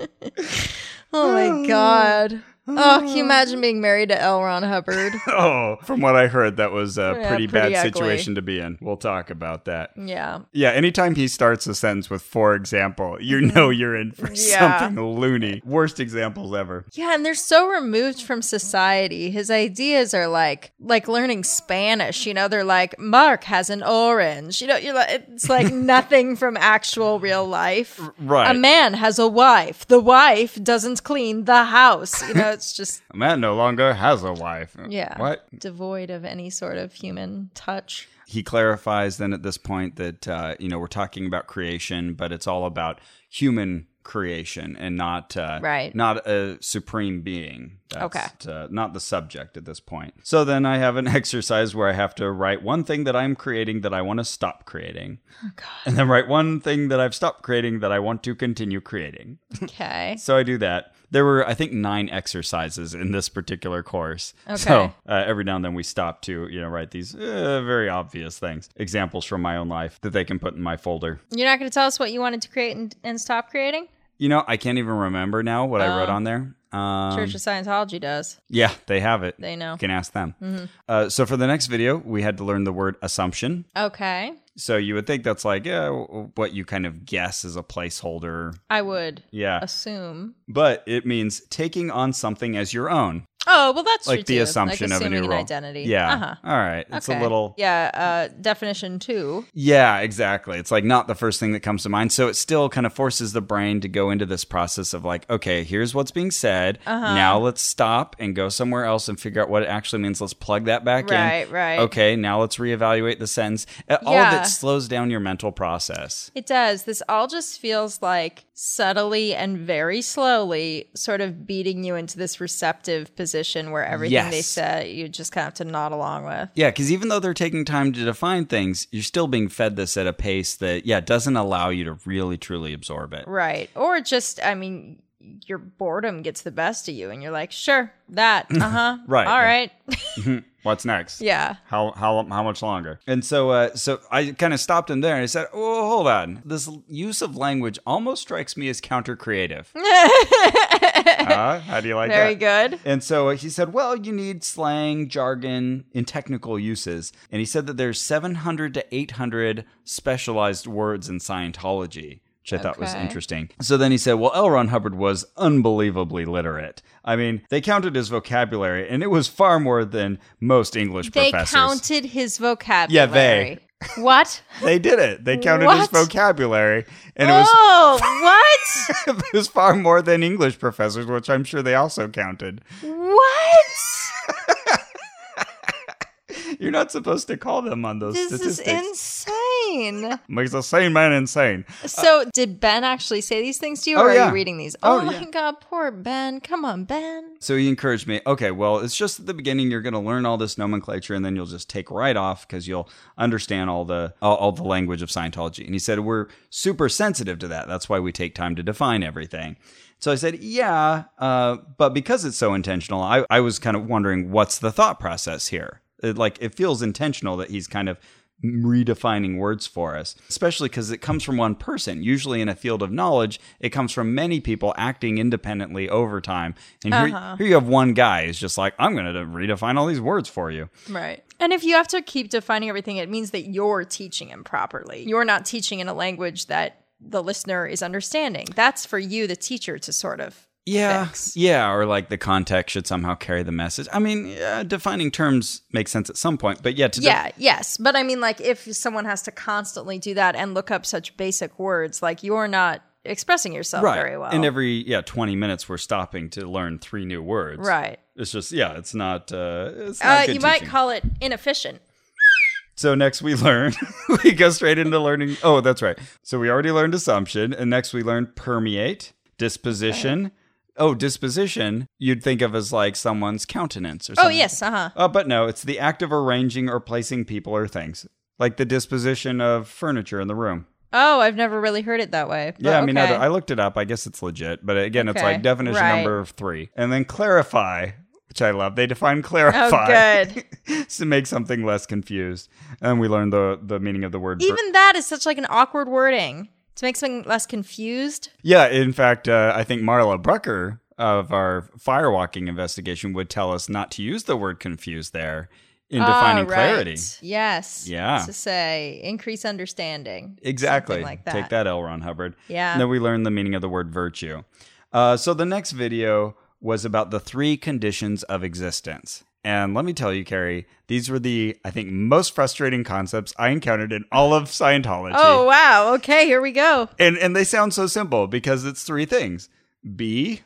B: oh my god. Oh, can you imagine being married to L. Ron Hubbard?
A: Oh, from what I heard, that was a
B: Yeah,
A: pretty,
B: pretty
A: bad
B: ugly.
A: situation to be in. We'll talk about that.
B: yeah.
A: Yeah, anytime he starts a sentence with, for example, you know you're in for
B: Mm-hmm. Yeah.
A: something loony. Worst examples ever.
B: Yeah, and they're so removed from society. His ideas are like like learning Spanish, you know, they're like Mark has an orange. You know, you're like it's like nothing from actual real life.
A: right.
B: A man has a wife. The wife doesn't clean the house. You know, it's just
A: A man no longer has a wife.
B: yeah.
A: What?
B: Devoid of any sort of human touch.
A: he clarifies then at this point that uh, you know we're talking about creation, but it's all about human creation and not uh,
B: Right.
A: not a supreme being.
B: Okay.
A: uh, not the subject at this point. So then I have an exercise where I have to write one thing that I'm creating that I want to stop creating,
B: Oh,
A: and then write one thing that I've stopped creating that I want to continue creating.
B: Okay.
A: So I do that. There were, I think, nine exercises in this particular course.
B: Okay.
A: So uh, every now and then we stop to, you know, write these uh, very obvious things, examples from my own life that they can put in my folder.
B: You're not going to tell us what you wanted to create and, and stop creating?
A: You know, I can't even remember now what I wrote
B: Oh.
A: on there. Um,
B: Church of Scientology does.
A: yeah, they have it.
B: They know. Mm-hmm.
A: You can ask them. Uh, so for the next video, we had to learn the word assumption.
B: Okay.
A: So you would think that's like yeah, w- w- what you kind of guess as a placeholder.
B: I would
A: Yeah,
B: assume.
A: but it means taking on something as your own.
B: Oh, well, that's true
A: like the
B: too.
A: assumption
B: like
A: of a
B: assuming
A: new
B: an
A: role.
B: identity.
A: Yeah.
B: Uh-huh.
A: All right. It's a
B: Okay.
A: little. Yeah.
B: Yeah. Uh, definition two.
A: exactly. It's like not the first thing that comes to mind. So it still kind of forces the brain to go into this process of like, okay, here's what's being said.
B: Uh-huh.
A: Now let's stop and go somewhere else and figure out what it actually means. Let's plug that back in.
B: Right, right.
A: Okay, now let's reevaluate the sentence. Uh, All of
B: Yeah.
A: it slows down your mental process.
B: It does. This all just feels like subtly and very slowly sort of beating you into this receptive position where everything they
A: Yes.
B: said you just kind of have to nod along with.
A: Yeah, because even though they're taking time to define things, you're still being fed this at a pace that, yeah, doesn't allow you to really, truly absorb it.
B: Right. Or just, I mean, your boredom gets the best of you and you're like, sure, that. Uh huh.
A: Right.
B: All right.
A: What's next?
B: yeah.
A: How how how much longer? And so uh, so I kind of stopped him there and I said, "Oh, hold on. This l- use of language almost strikes me as counter-creative." Huh? how do you like
B: Very
A: that?
B: good.
A: And so he said, "Well, you need slang, jargon, and technical uses." And he said that there's 700 to 800 specialized words in Scientology. Which I thought was
B: Okay.
A: interesting. So then he said, Well, L. Ron Hubbard was unbelievably literate. I mean, they counted his vocabulary, and it was far more than most English
B: They
A: professors.
B: counted his vocabulary. What?
A: They did it. They counted his
B: What?
A: vocabulary, and
B: oh, what?
A: it was it was far more than English professors, which I'm sure they also counted.
B: What?
A: You're not supposed to call them on those
B: This is
A: statistics. Uh,
B: insane.
A: Makes a sane man insane.
B: So, did Ben actually say these things to you,
A: Oh,
B: or are
A: yeah.
B: you reading these?
A: Oh,
B: Oh, my
A: yeah.
B: God, poor Ben. Come on, Ben.
A: So he encouraged me. Okay, well, it's just at the beginning. You're going to learn all this nomenclature, and then you'll just take right off because you'll understand all the all, all the language of Scientology. And he said we're super sensitive to that. That's why we take time to define everything. So I said, yeah, uh, but because it's so intentional, I, I was kind of wondering what's the thought process here. It, like it feels intentional that he's kind of redefining words for us, especially because it comes from one person. Usually in a field of knowledge, it comes from many people acting independently over time. And
B: Uh-huh.
A: here, here you have one guy who's just like, I'm going to redefine all these words for you.
B: Right. And if you have to keep defining everything, it means that you're teaching him properly. You're not teaching in a language that the listener is understanding. That's for you, the teacher, to sort of.
A: Yeah.
B: fix.
A: Yeah. Or like the context should somehow carry the message. I mean, yeah, defining terms makes sense at some point, but yeah, to de-
B: Yeah, yes. But I mean, like, if someone has to constantly do that and look up such basic words, like, you're not expressing yourself very well.
A: And every yeah, twenty minutes we're stopping to learn three new words.
B: right.
A: It's just yeah, it's not. Uh, it's not
B: Uh,
A: good
B: you might
A: teaching.
B: call it inefficient.
A: So next we learn. we go straight into learning. Oh, that's right. So we already learned assumption, and next we learn permeate disposition. Oh, disposition. You'd think of as like someone's countenance or
B: Oh,
A: something.
B: yes. Uh huh.
A: Uh, but no, it's the act of arranging or placing people or things, like the disposition of furniture in the room.
B: Oh, I've never really heard it that way. but
A: Yeah, I mean, I,
B: okay.
A: I looked it up. I guess it's legit, but again, it's
B: Okay,
A: like definition
B: right.
A: number three, and then clarify, which I love. They define clarify
B: oh, good.
A: to make something less confused, and we learned the the meaning of the word. ver-
B: Even that is such like an awkward wording to make something less confused.
A: yeah, in fact, uh, I think Marla Brucker of our firewalking investigation would tell us not to use the word confused there in defining
B: Ah, right.
A: clarity.
B: Yes.
A: Yeah.
B: To say increase understanding.
A: Exactly.
B: Something like that.
A: Take that, L. Ron Hubbard.
B: Yeah.
A: And then we learned the meaning of the word virtue. Uh, so the next video was about the three conditions of existence. And let me tell you, Carrie, these were the, I think, most frustrating concepts I encountered in all of Scientology.
B: Oh wow. Okay, here we go.
A: And, and they sound so simple because it's three things be,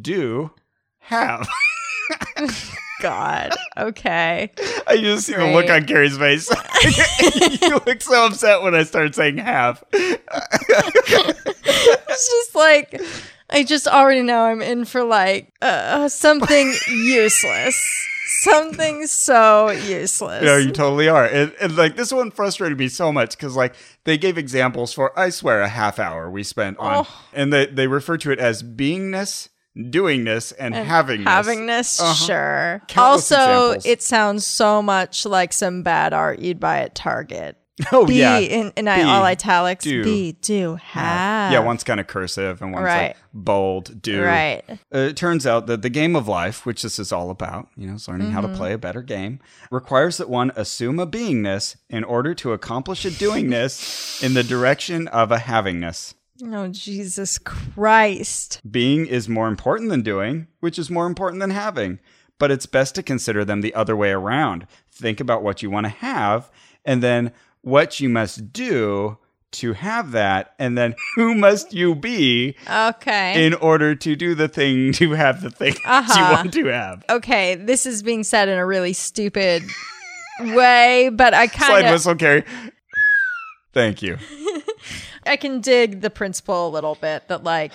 A: do, have.
B: God. Okay.
A: I just see the look
B: Great.
A: on Carrie's face. you look so upset when I start saying have.
B: It's just like I just already know I'm in for like uh, something useless. Something so useless.
A: No, you totally are. And, and like this one frustrated me so much because like they gave examples for I swear a half hour we spent on,
B: Oh.
A: and they they refer to it as beingness, doingness, and, havingness.
B: Havingness, sure.
A: Countless
B: also,
A: examples.
B: it sounds so much like some bad art you'd buy at Target.
A: Oh
B: Be
A: yeah,
B: in, in I, all
A: Be,
B: italics.
A: do,
B: Be do have.
A: yeah. One's kind of cursive and one's
B: Right.
A: like bold. Do
B: right.
A: Uh, it turns out that the game of life, which this is all about, you know, it's learning how to play a better game, requires that one assume a beingness in order to accomplish a doingness in the direction of a havingness.
B: Oh Jesus Christ!
A: Being is more important than doing, which is more important than having. But it's best to consider them the other way around. Think about what you want to have and then what you must do to have that. And then who must you be
B: Okay.
A: in order to do the thing to have the thing that you
B: Uh-huh.
A: want to have?
B: okay. This is being said in a really stupid way, but I kind
A: Slide
B: of
A: whistle, Carrie. Thank you.
B: I can dig the principle a little bit that like.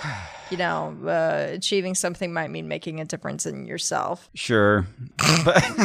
B: You know, uh, achieving something might mean making a difference in yourself.
A: Sure. but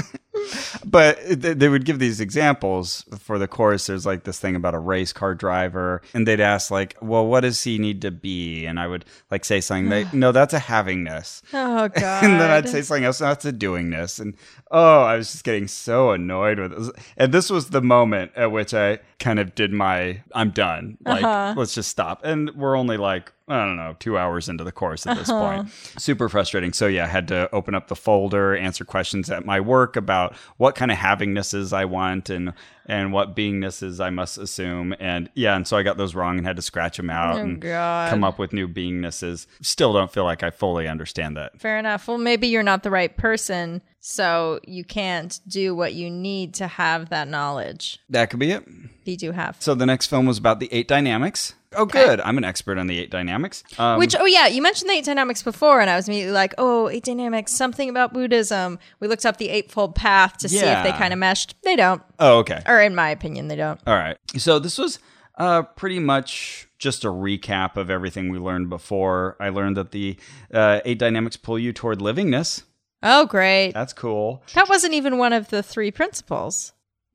A: but th- they would give these examples for the chorus. There's like this thing about a race car driver, and they'd ask, like, well, what does he need to be? And I would like say something, they, no, that's a havingness.
B: Oh God!
A: And then I'd say something else, no, that's a doingness. And oh, I was just getting so annoyed with it. And this was the moment at which I kind of did my, I'm done. Like,
B: Uh-huh.
A: let's just stop. And we're only like, I don't know, two hours into the course at this
B: Uh-huh.
A: point. Super frustrating. So, yeah, I had to open up the folder, answer questions at my work about what kind of havingnesses I want and and what beingnesses I must assume. And yeah, and so I got those wrong and had to scratch them out and
B: Oh, God.
A: come up with new beingnesses. Still don't feel like I fully understand that.
B: Fair enough. Well, maybe you're not the right person, so you can't do what you need to have that knowledge.
A: That could be it.
B: You do have.
A: So the next film was about the eight dynamics. Oh, good. I'm an expert on the eight dynamics. Um,
B: Which, oh yeah, you mentioned the eight dynamics before, and I was immediately like, oh, eight dynamics, something about Buddhism. We looked up the Eightfold Path to see if
A: Yeah.
B: they kind of meshed. They don't.
A: oh, okay.
B: Or, in my opinion, they don't.
A: All right. So this was uh, pretty much just a recap of everything we learned before. I learned that the uh, eight dynamics pull you toward livingness.
B: Oh, great.
A: That's cool.
B: That wasn't even one of the three principles.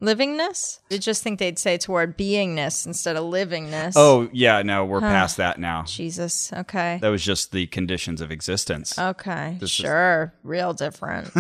B: Livingness? I just think they'd say toward beingness instead of livingness.
A: Oh, yeah. No, we're past that now.
B: Jesus. Okay.
A: That was just the conditions of
B: Uh.
A: existence.
B: Okay.
A: is-
B: Sure. Real different.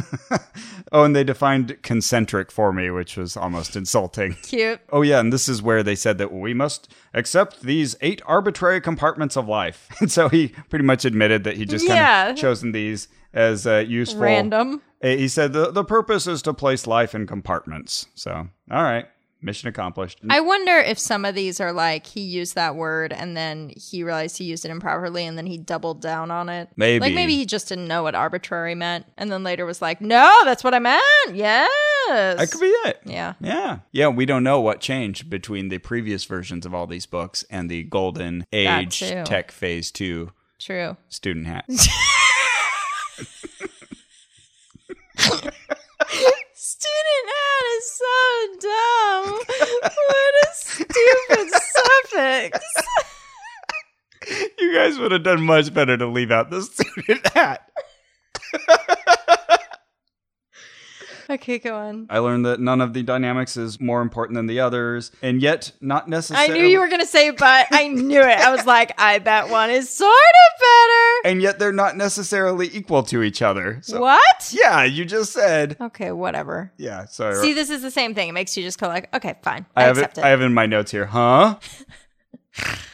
A: oh, and they defined concentric for me, which was almost insulting.
B: Cute.
A: Oh yeah, and this is where they said that we must accept these eight arbitrary compartments of life. And so he pretty much admitted that he just kind
B: Yeah.
A: of chosen these as uh, useful.
B: Random.
A: Uh, He said the the purpose is to place life in compartments. So all right, mission accomplished.
B: I wonder if some of these are like he used that word and then he realized he used it improperly and then he doubled down on it.
A: Maybe.
B: Like maybe he just didn't know what arbitrary meant and then later was like, no, that's what I meant. Yes.
A: that could be it.
B: yeah.
A: Yeah. Yeah, we don't know what changed between the previous versions of all these books and the golden age
B: too.
A: tech phase 2
B: True.
A: student hat.
B: Student ad is so dumb. what a stupid suffix.
A: you guys would have done much better to leave out the student hat.
B: Okay, go on.
A: I learned that none of the dynamics is more important than the others, and yet not
B: I
A: necessarily.
B: knew you were going to say, but I knew it. I was like, I bet one is sort of better.
A: And yet they're not necessarily equal to each other. So,
B: What?
A: Yeah, you just said.
B: Okay, whatever.
A: Yeah, sorry.
B: See, this is the same thing. It makes you just go like, okay, fine.
A: I
B: I,
A: have it,
B: accept it.
A: I have it in my notes here, huh?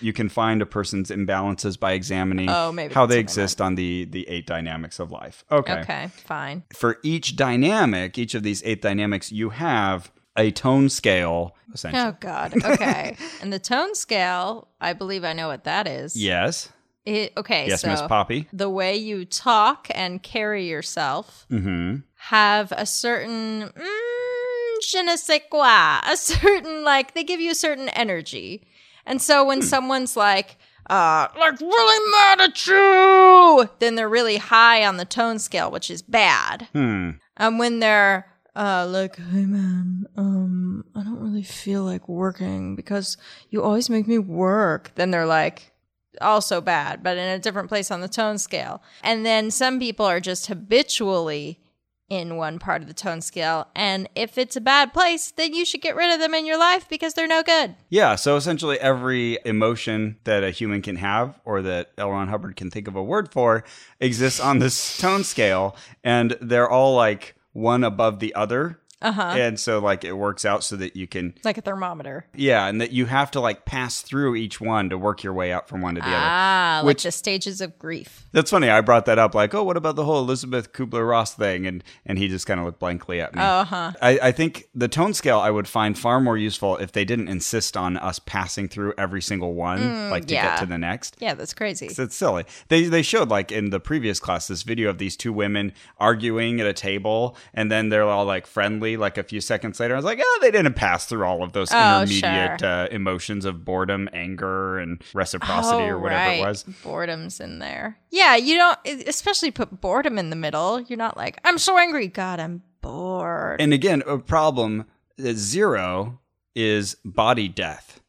A: you can find a person's imbalances by examining
B: Oh, maybe
A: how
B: that's
A: they
B: what I meant.
A: exist on the the eight dynamics of life. Okay.
B: okay, fine.
A: For each dynamic, each of these eight dynamics, you have a tone scale essentially.
B: Oh God. Okay. and the tone scale, I believe I know what that is.
A: Yes.
B: It, okay.
A: Yes,
B: so
A: Miss Poppy.
B: the way you talk and carry yourself
A: Mhm.
B: have a certain mm, je ne sais quoi, a certain like they give you a certain energy, and so
A: Hmm.
B: when someone's like. Uh, like really mad at you. Then they're really high on the tone scale, which is bad.
A: Hmm.
B: Um, when they're uh, like, hey man, um, I don't really feel like working because you always make me work. Then they're like, also bad, but in a different place on the tone scale. And then some people are just habitually in one part of the tone scale. And if it's a bad place, then you should get rid of them in your life because they're no good.
A: Yeah, so essentially every emotion that a human can have or that L. Ron Hubbard can think of a word for exists on this tone scale, and they're all like one above the other. Uh-huh. And so like it works out so that you can
B: Like a thermometer.
A: yeah, and that you have to like pass through each one to work your way up from one to the other.
B: Ah, like
A: Which-
B: the stages of grief.
A: That's funny. I brought that up like, "Oh, what about the whole Elizabeth Kubler-Ross thing?" and and he just kind of looked blankly at me.
B: Uh-huh.
A: I, I think the tone scale I would find far more useful if they didn't insist on us passing through every single one, like to
B: Mm, yeah.
A: get to the next.
B: Yeah, that's crazy.
A: It's, it's silly. They they showed like in the previous class this video of these two women arguing at a table, and then they're all like friendly. Like a few seconds later, I was like, oh, they didn't pass through all of those
B: Oh,
A: intermediate uh, emotions of boredom, anger, and reciprocity, or whatever it
B: Oh, right.
A: was.
B: Boredom's in there. Yeah, you don't, e, especially put boredom in the middle. You're not like, I'm so angry. God, I'm bored.
A: And again, a problem uh, zero is body death.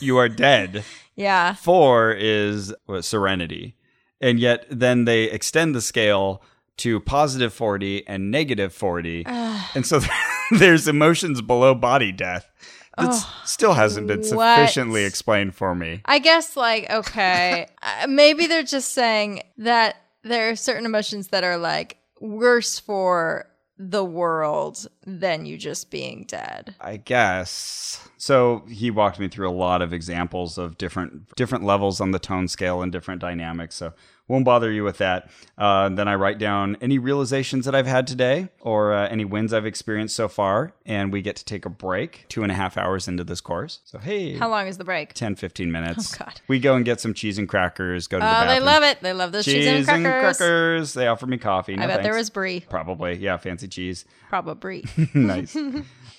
A: You are dead.
B: yeah.
A: Four is what, serenity. And yet, then they extend the scale to positive 40 and negative 40. and so there's emotions below body death. That still hasn't been
B: what?
A: sufficiently explained for me.
B: I guess, like, okay, uh, maybe they're just saying that there are certain emotions that are like worse for the world than you just being dead.
A: I guess. So he walked me through a lot of examples of different different levels on the tone scale and different dynamics. So won't bother you with that. Uh, then I write down any realizations that I've had today or uh, any wins I've experienced so far, and we get to take a break two and a half hours into this course. So hey,
B: How long is the break?
A: 10, 15 minutes.
B: Oh, God.
A: We go and get some cheese and crackers. Go to the
B: Oh,
A: bathroom.
B: they love it. They love those cheese,
A: Cheese
B: and crackers.
A: crackers. They offered me coffee. No
B: I bet there
A: thanks.
B: was brie,
A: probably yeah, fancy cheese.
B: probably.
A: nice.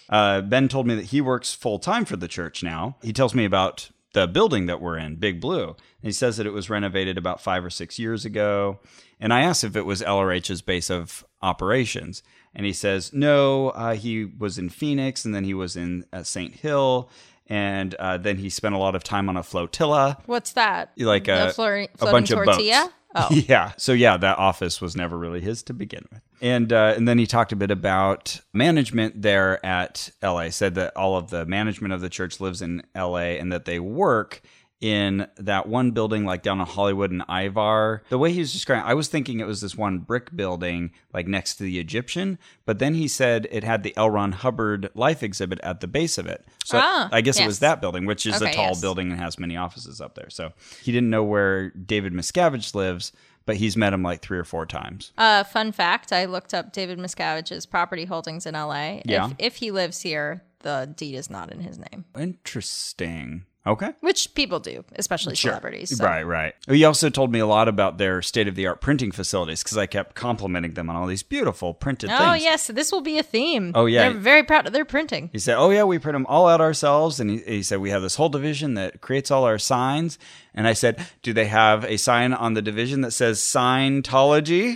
A: Uh, ben told me that he works full time for the church now. He tells me about the building that we're in, Big Blue. And he says that it was renovated about five or six years ago. And I asked if it was LRH's base of operations. And he says, no, uh, he was in Phoenix and then he was in uh, St. Hill. And uh, then he spent a lot of time on a flotilla
B: What's that?
A: you like
B: The
A: a,
B: flurry-
A: a
B: floating
A: bunch of
B: tortilla?
A: boats.
B: Oh.
A: Yeah. So yeah, that office was never really his to begin with. And uh, and then he talked a bit about management there at LA. Said that all of the management of the church lives in LA and that they work in that one building like down on Hollywood and Ivar. The way he was describing, I was thinking it was this one brick building like next to the Egyptian, but then he said it had the L. Ron Hubbard life exhibit at the base of it. So
B: Ah,
A: I guess it was
B: yes.
A: that building, which is a
B: Okay,
A: tall
B: yes.
A: building building and has many offices up there. So he didn't know where David Miscavige lives, but he's met him like three or four times.
B: Uh, fun fact: I looked up David Miscavige's property holdings in L.A.
A: Yeah.
B: If, if he lives here, the deed is not in his name,
A: Interesting. Okay.
B: which people do, especially celebrities. so-
A: Right, right. He also told me a lot about their state of the art printing facilities because I kept complimenting them on all these beautiful printed
B: Oh
A: things.
B: yes, this will be a theme.
A: Oh, yeah.
B: they're very proud of their printing.
A: He said, "Oh yeah, we print them all out ourselves." And he, he said, "We have this whole division that creates all our signs." And I said, "Do they have a sign on the division that says Scientology?"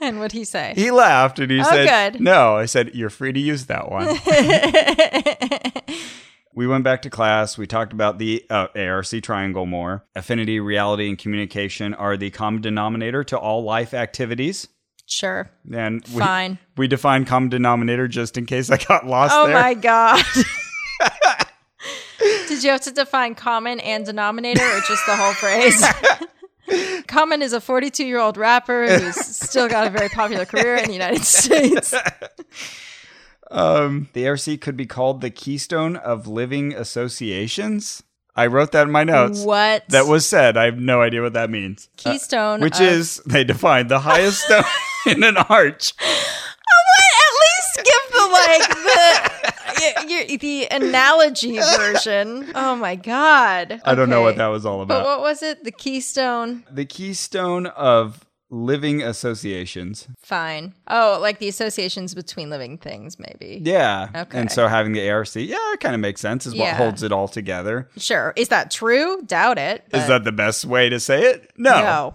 B: and what he say?
A: he laughed and he said,
B: Oh, good.
A: "No." I said, "You're free to use that one." we went back to class. We talked about the uh, ARC triangle more. Affinity, reality, and communication are the common denominator to all life activities.
B: Sure.
A: And we,
B: Fine.
A: we define common denominator just in case I got lost
B: Oh
A: there.
B: my god. Did you have to define common and denominator or just the whole phrase? common is a 42 year old rapper who's still got a very popular career in the United States.
A: The ARC could be called the keystone of living associations. I wrote that in my notes.
B: What?
A: That was said. I have no idea what that means. Uh,
B: Keystone.
A: which
B: of-
A: is, they define the highest stone in an arch.
B: At least give the like the y- y- the analogy version. Oh my god.
A: I don't know what
B: Okay.
A: that was all
B: But
A: about.
B: what was it? The keystone.
A: the keystone of living associations.
B: Fine. Oh, like the associations between living things, maybe.
A: Yeah.
B: Okay.
A: And so having the ARC, yeah, it kind of makes sense, is what
B: Yeah.
A: holds it all together.
B: Sure. Is that true? Doubt it.
A: is
B: but-
A: that the best way to say it? No.
B: No.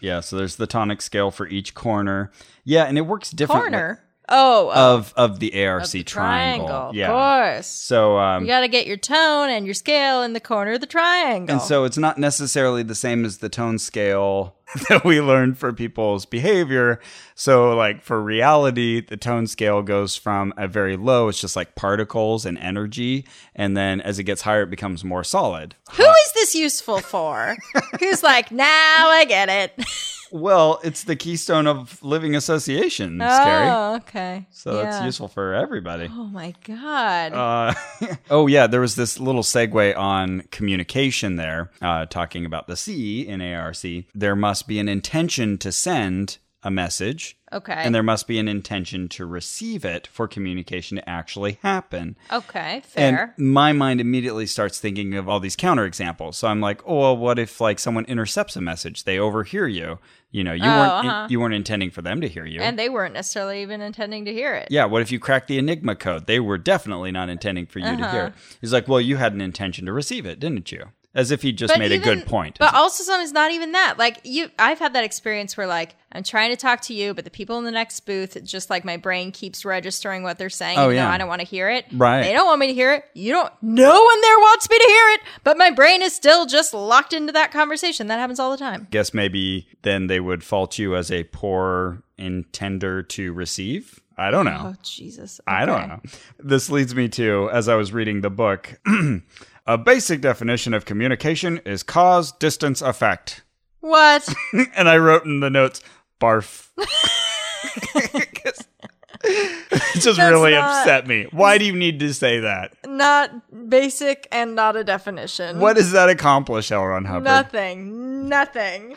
A: Yeah, so there's the tonic scale for each corner. Yeah, and it works differently.
B: Corner. Oh, oh,
A: Of of the ARC
B: the
A: triangle.
B: Of
A: Yeah.
B: course.
A: So um
B: You got to get your tone and your scale in the corner of the triangle.
A: and so it's not necessarily the same as the tone scale that we learned for people's behavior. So like for reality, the tone scale goes from a very low, it's just like particles and energy, and then as it gets higher it becomes more solid.
B: Who is this useful for? Who's like, now I get it.
A: Well, it's the keystone of living association, Scary.
B: Oh, okay.
A: So that's
B: Yeah.
A: useful for everybody.
B: Oh my god.
A: Uh, oh yeah, there was this little segue on communication there, uh, talking about the C in ARC. There must be an intention to send a message,
B: okay.
A: and there must be an intention to receive it for communication to actually happen.
B: okay. Fair.
A: And my mind immediately starts thinking of all these counterexamples. So I'm like, oh, well, what if like someone intercepts a message? They overhear you. You know, you weren't
B: uh-huh.
A: you weren't intending for them to hear you.
B: And, they weren't necessarily even intending to hear it.
A: Yeah, what if you cracked the Enigma code? They were definitely not intending for you to
B: Uh-huh.
A: hear it. He's like, well, you had an intention to receive it, didn't you? As if he just made a
B: even-
A: good point.
B: But also sometimes not even that. Like you I've had that experience where like I'm trying to talk to you, but the people in the next booth it's just like my brain keeps registering what they're saying,
A: Oh,
B: even
A: yeah.
B: though I don't want to hear it.
A: Right.
B: They don't want me to hear it. You don't no one there wants me to hear it, but my brain is still just locked into that conversation. That happens all the time.
A: Guess maybe then they would fault you as a poor intender to receive. I don't know.
B: Oh Jesus.
A: I
B: Okay.
A: don't know. This leads me to, as I was reading the book, a basic definition of communication is cause, distance, effect.
B: What?
A: and I wrote in the notes, barf. it just really
B: not-
A: upset me. Why do you need to say that?
B: not basic and not a definition.
A: What does that accomplish, L. Ron Hubbard?
B: Nothing. Nothing.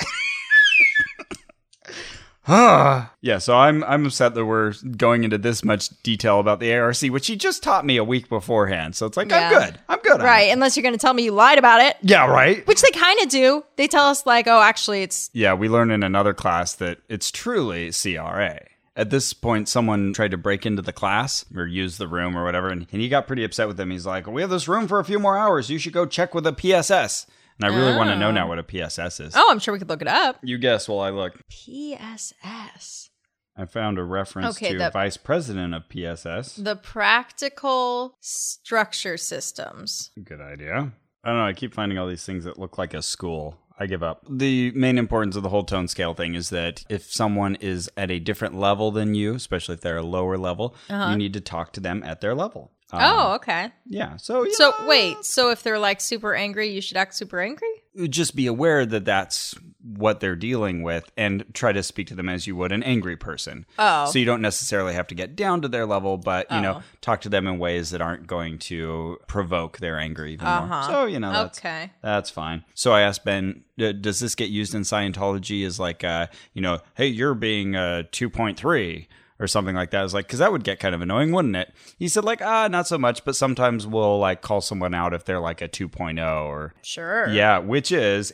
A: yeah, so I'm I'm upset that we're going into this much detail about the ARC, which he just taught me a week beforehand. So it's like I'm
B: Yeah.
A: good. I'm good. on it.
B: right, unless you're gonna tell me you lied about it.
A: Yeah. Right.
B: Which they kind of do. They tell us like, oh, actually, it's
A: Yeah, we learn in another class that it's truly CRA. At this point, someone tried to break into the class or use the room or whatever, and, and he got pretty upset with them. He's like, We have this room for a few more hours. You should go check with a PSS. And I really want to know now what a PSS is.
B: oh, I'm sure we could look it up.
A: You guess while I look.
B: PSS,
A: I found a reference
B: Okay,
A: to
B: the-
A: vice president of PSS.
B: the Practical Structure Systems.
A: Good idea. I don't know. I keep finding all these things that look like a school. I give up. The main importance of the whole tone scale thing is that if someone is at a different level than you, especially if they're a lower level, you need to talk to them at their level. Um,
B: Uh-huh. oh, okay.
A: yeah. So, yeah,
B: So wait, so if they're like super angry, you should act super angry.
A: just be aware that that's what they're dealing with and try to speak to them as you would an angry person.
B: Oh.
A: So you don't necessarily have to get down to their level, but, you know, talk to them in ways that aren't going to provoke their anger even
B: Uh-huh.
A: more. So, you know, that's,
B: Okay.
A: That's fine. So I asked Ben, uh, does this get used in Scientology as like, uh, you know, hey, you're being uh, 2.3 or something like that? I was like, because that would get kind of annoying, wouldn't it? He said, like, ah, not so much, but sometimes we'll like call someone out if they're like a 2.0 or,
B: Sure.
A: yeah, which is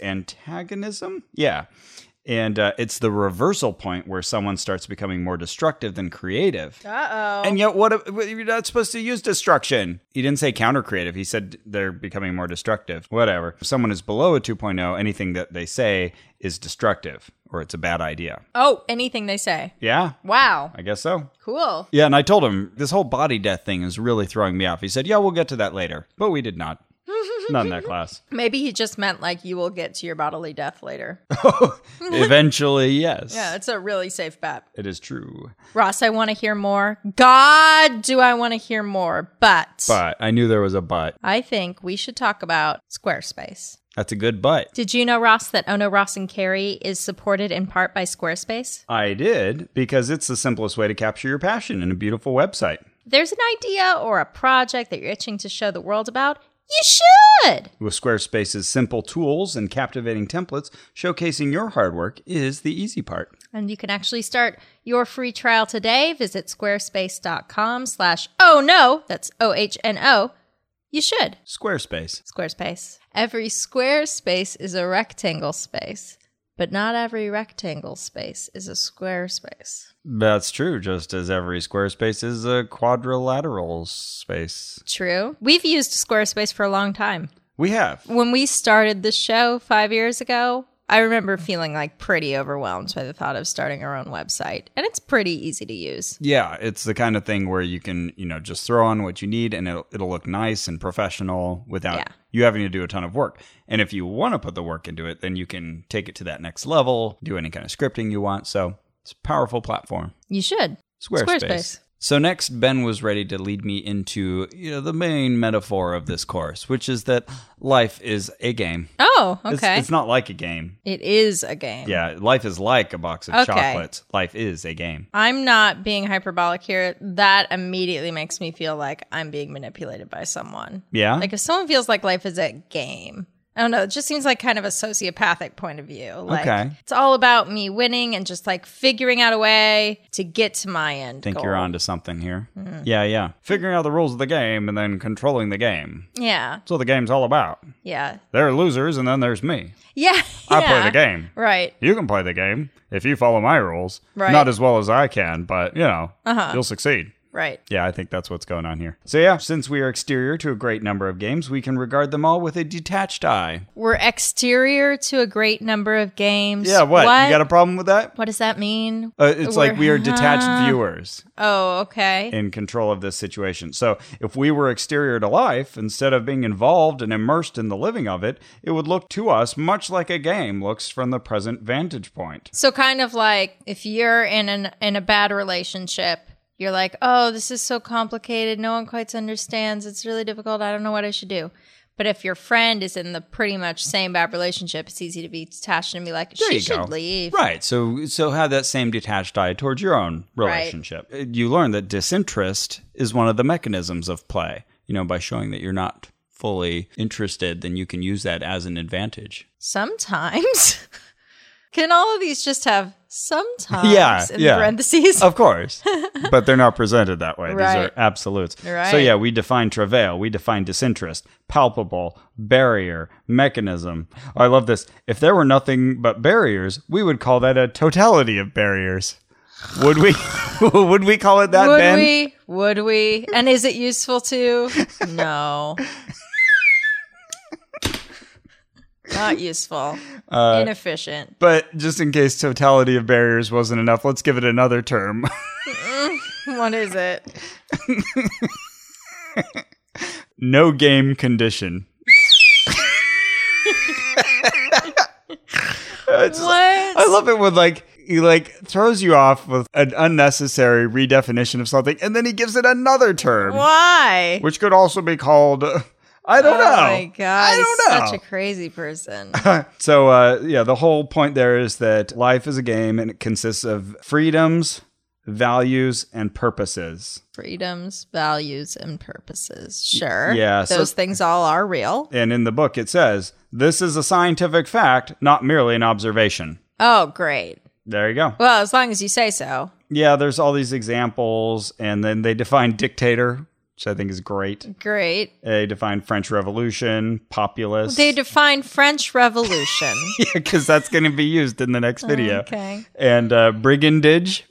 A: antagonism. Yeah. And uh, it's the reversal point where someone starts becoming more destructive than creative.
B: Uh oh.
A: And yet, what if- you're not supposed to use destruction? He didn't say counter creative. He said they're becoming more destructive. Whatever. If someone is below a 2.0, anything that they say is destructive or it's a bad idea.
B: Oh, anything they say.
A: Yeah,
B: Wow.
A: I guess so.
B: Cool.
A: Yeah, and I told him this whole body death thing is really throwing me off. He said, "Yeah, we'll get to that later," but we did not. Not in that class.
B: Maybe he just meant like you will get to your bodily death later.
A: Eventually, yes.
B: yeah, it's a really safe bet.
A: It is true.
B: Ross, I want to hear more. God, do I want to hear more. But,
A: But I knew there was a but.
B: I think we should talk about Squarespace.
A: That's a good but.
B: Did you know, Ross, that Ono Ross and Carrie is supported in part by Squarespace?
A: I did because it's the simplest way to capture your passion in a beautiful website.
B: There's an idea or a project that you're itching to show the world about? You should!
A: With Squarespace's simple tools and captivating templates, showcasing your hard work is the easy part.
B: And you can actually start your free trial today. Visit squarespace.com slash oh no, that's O H N O. You should.
A: Squarespace.
B: Squarespace. Every square space is a rectangle space, but not every rectangle space is a square space.
A: That's true, just as every Squarespace is a quadrilateral space.
B: True. We've used Squarespace for a long time.
A: We have.
B: When we started the show five years ago, I remember feeling like pretty overwhelmed by the thought of starting our own website, and it's pretty easy to use.
A: Yeah, it's the kind of thing where you can, you know, just throw on what you need and it'll, it'll look nice and professional without
B: Yeah.
A: you having to do a ton of work. And if you want to put the work into it, then you can take it to that next level, do any kind of scripting you want. So it's a powerful platform.
B: You should.
A: Squarespace.
B: Squarespace.
A: So next, Ben was ready to lead me into you know, the main metaphor of this course, which is that life is a game.
B: Oh, okay.
A: It's, it's not like a game.
B: It is a game.
A: Yeah, life is like a box of
B: Okay.
A: chocolates. Life is a game.
B: I'm not being hyperbolic here. That immediately makes me feel like I'm being manipulated by someone.
A: Yeah.
B: Like if someone feels like life is a game, I don't know. It just seems like kind of a sociopathic point of view. Like
A: Okay.
B: it's all about me winning and just like figuring out a way to get to my end.
A: think
B: goal.
A: you're onto something here.
B: Hmm.
A: Yeah, yeah. Figuring out the rules of the game and then controlling the game.
B: Yeah,
A: That's what the game's all about.
B: yeah,
A: There are losers and then there's me.
B: yeah.
A: I
B: yeah.
A: play the game.
B: Right.
A: You can play the game if you follow my rules.
B: Right. Uh-huh.
A: Not as well as I can, but you know, you'll succeed.
B: Right.
A: Yeah, I think that's what's going on here. So, yeah, since we are exterior to a great number of games, we can regard them all with a detached eye.
B: We're exterior to a great number of games.
A: Yeah, what? You got a problem with that?
B: what does that mean?
A: Uh, it's
B: We're-
A: like we are detached viewers.
B: Oh, okay.
A: in control of this situation. So, if we were exterior to life, instead of being involved and immersed in the living of it, it would look to us much like a game looks from the present vantage point.
B: So kind of like if you're in an in a bad relationship, you're like, "Oh, this is so complicated. No one quite understands. It's really difficult. I don't know what I should do." But if your friend is in the pretty much same bad relationship, it's easy to be detached and be like,
A: There
B: "She
A: you
B: should
A: go.
B: leave."
A: Right. So, so have that same detached eye towards your own relationship. Uh, You learn that disinterest is one of the mechanisms of play. You know, by showing that you're not fully interested, then you can use that as an advantage.
B: Sometimes. Can all of these just have sometimes
A: Yeah,
B: in
A: yeah.
B: parentheses?
A: Of course. but they're not presented that way. These
B: Right.
A: are absolutes. So,
B: Right.
A: yeah, we define travail, we define disinterest, palpable, barrier, mechanism. I love this. If there were nothing but barriers, we would call that a totality of barriers. Would we would we call it that,
B: Would
A: Ben?
B: we? Would we? And is it useful to? No. Not useful.
A: Uh,
B: Inefficient.
A: But just in case totality of barriers wasn't enough, let's give it another term.
B: What is it?
A: no game condition. It's-
B: What?
A: I love it when like he like throws you off with an unnecessary redefinition of something, and then he gives it another term,
B: Why?
A: which could also be called uh, I don't
B: oh
A: know.
B: my god!
A: I don't
B: he's
A: know.
B: Such a crazy person.
A: so uh, yeah, the whole point there is that life is a game, and it consists of freedoms, values, and purposes.
B: Freedoms, values, and purposes. Sure.
A: yeah, so-
B: Those things all are real.
A: And in the book, it says this is a scientific fact, not merely an observation.
B: Oh, great.
A: There you go.
B: Well, as long as you say so.
A: Yeah, there's all these examples, and then they define dictator, which I think is great.
B: Great.
A: They define French Revolution, populist.
B: They define French Revolution.
A: because that's going to be used in the next video.
B: okay.
A: And uh, brigandage,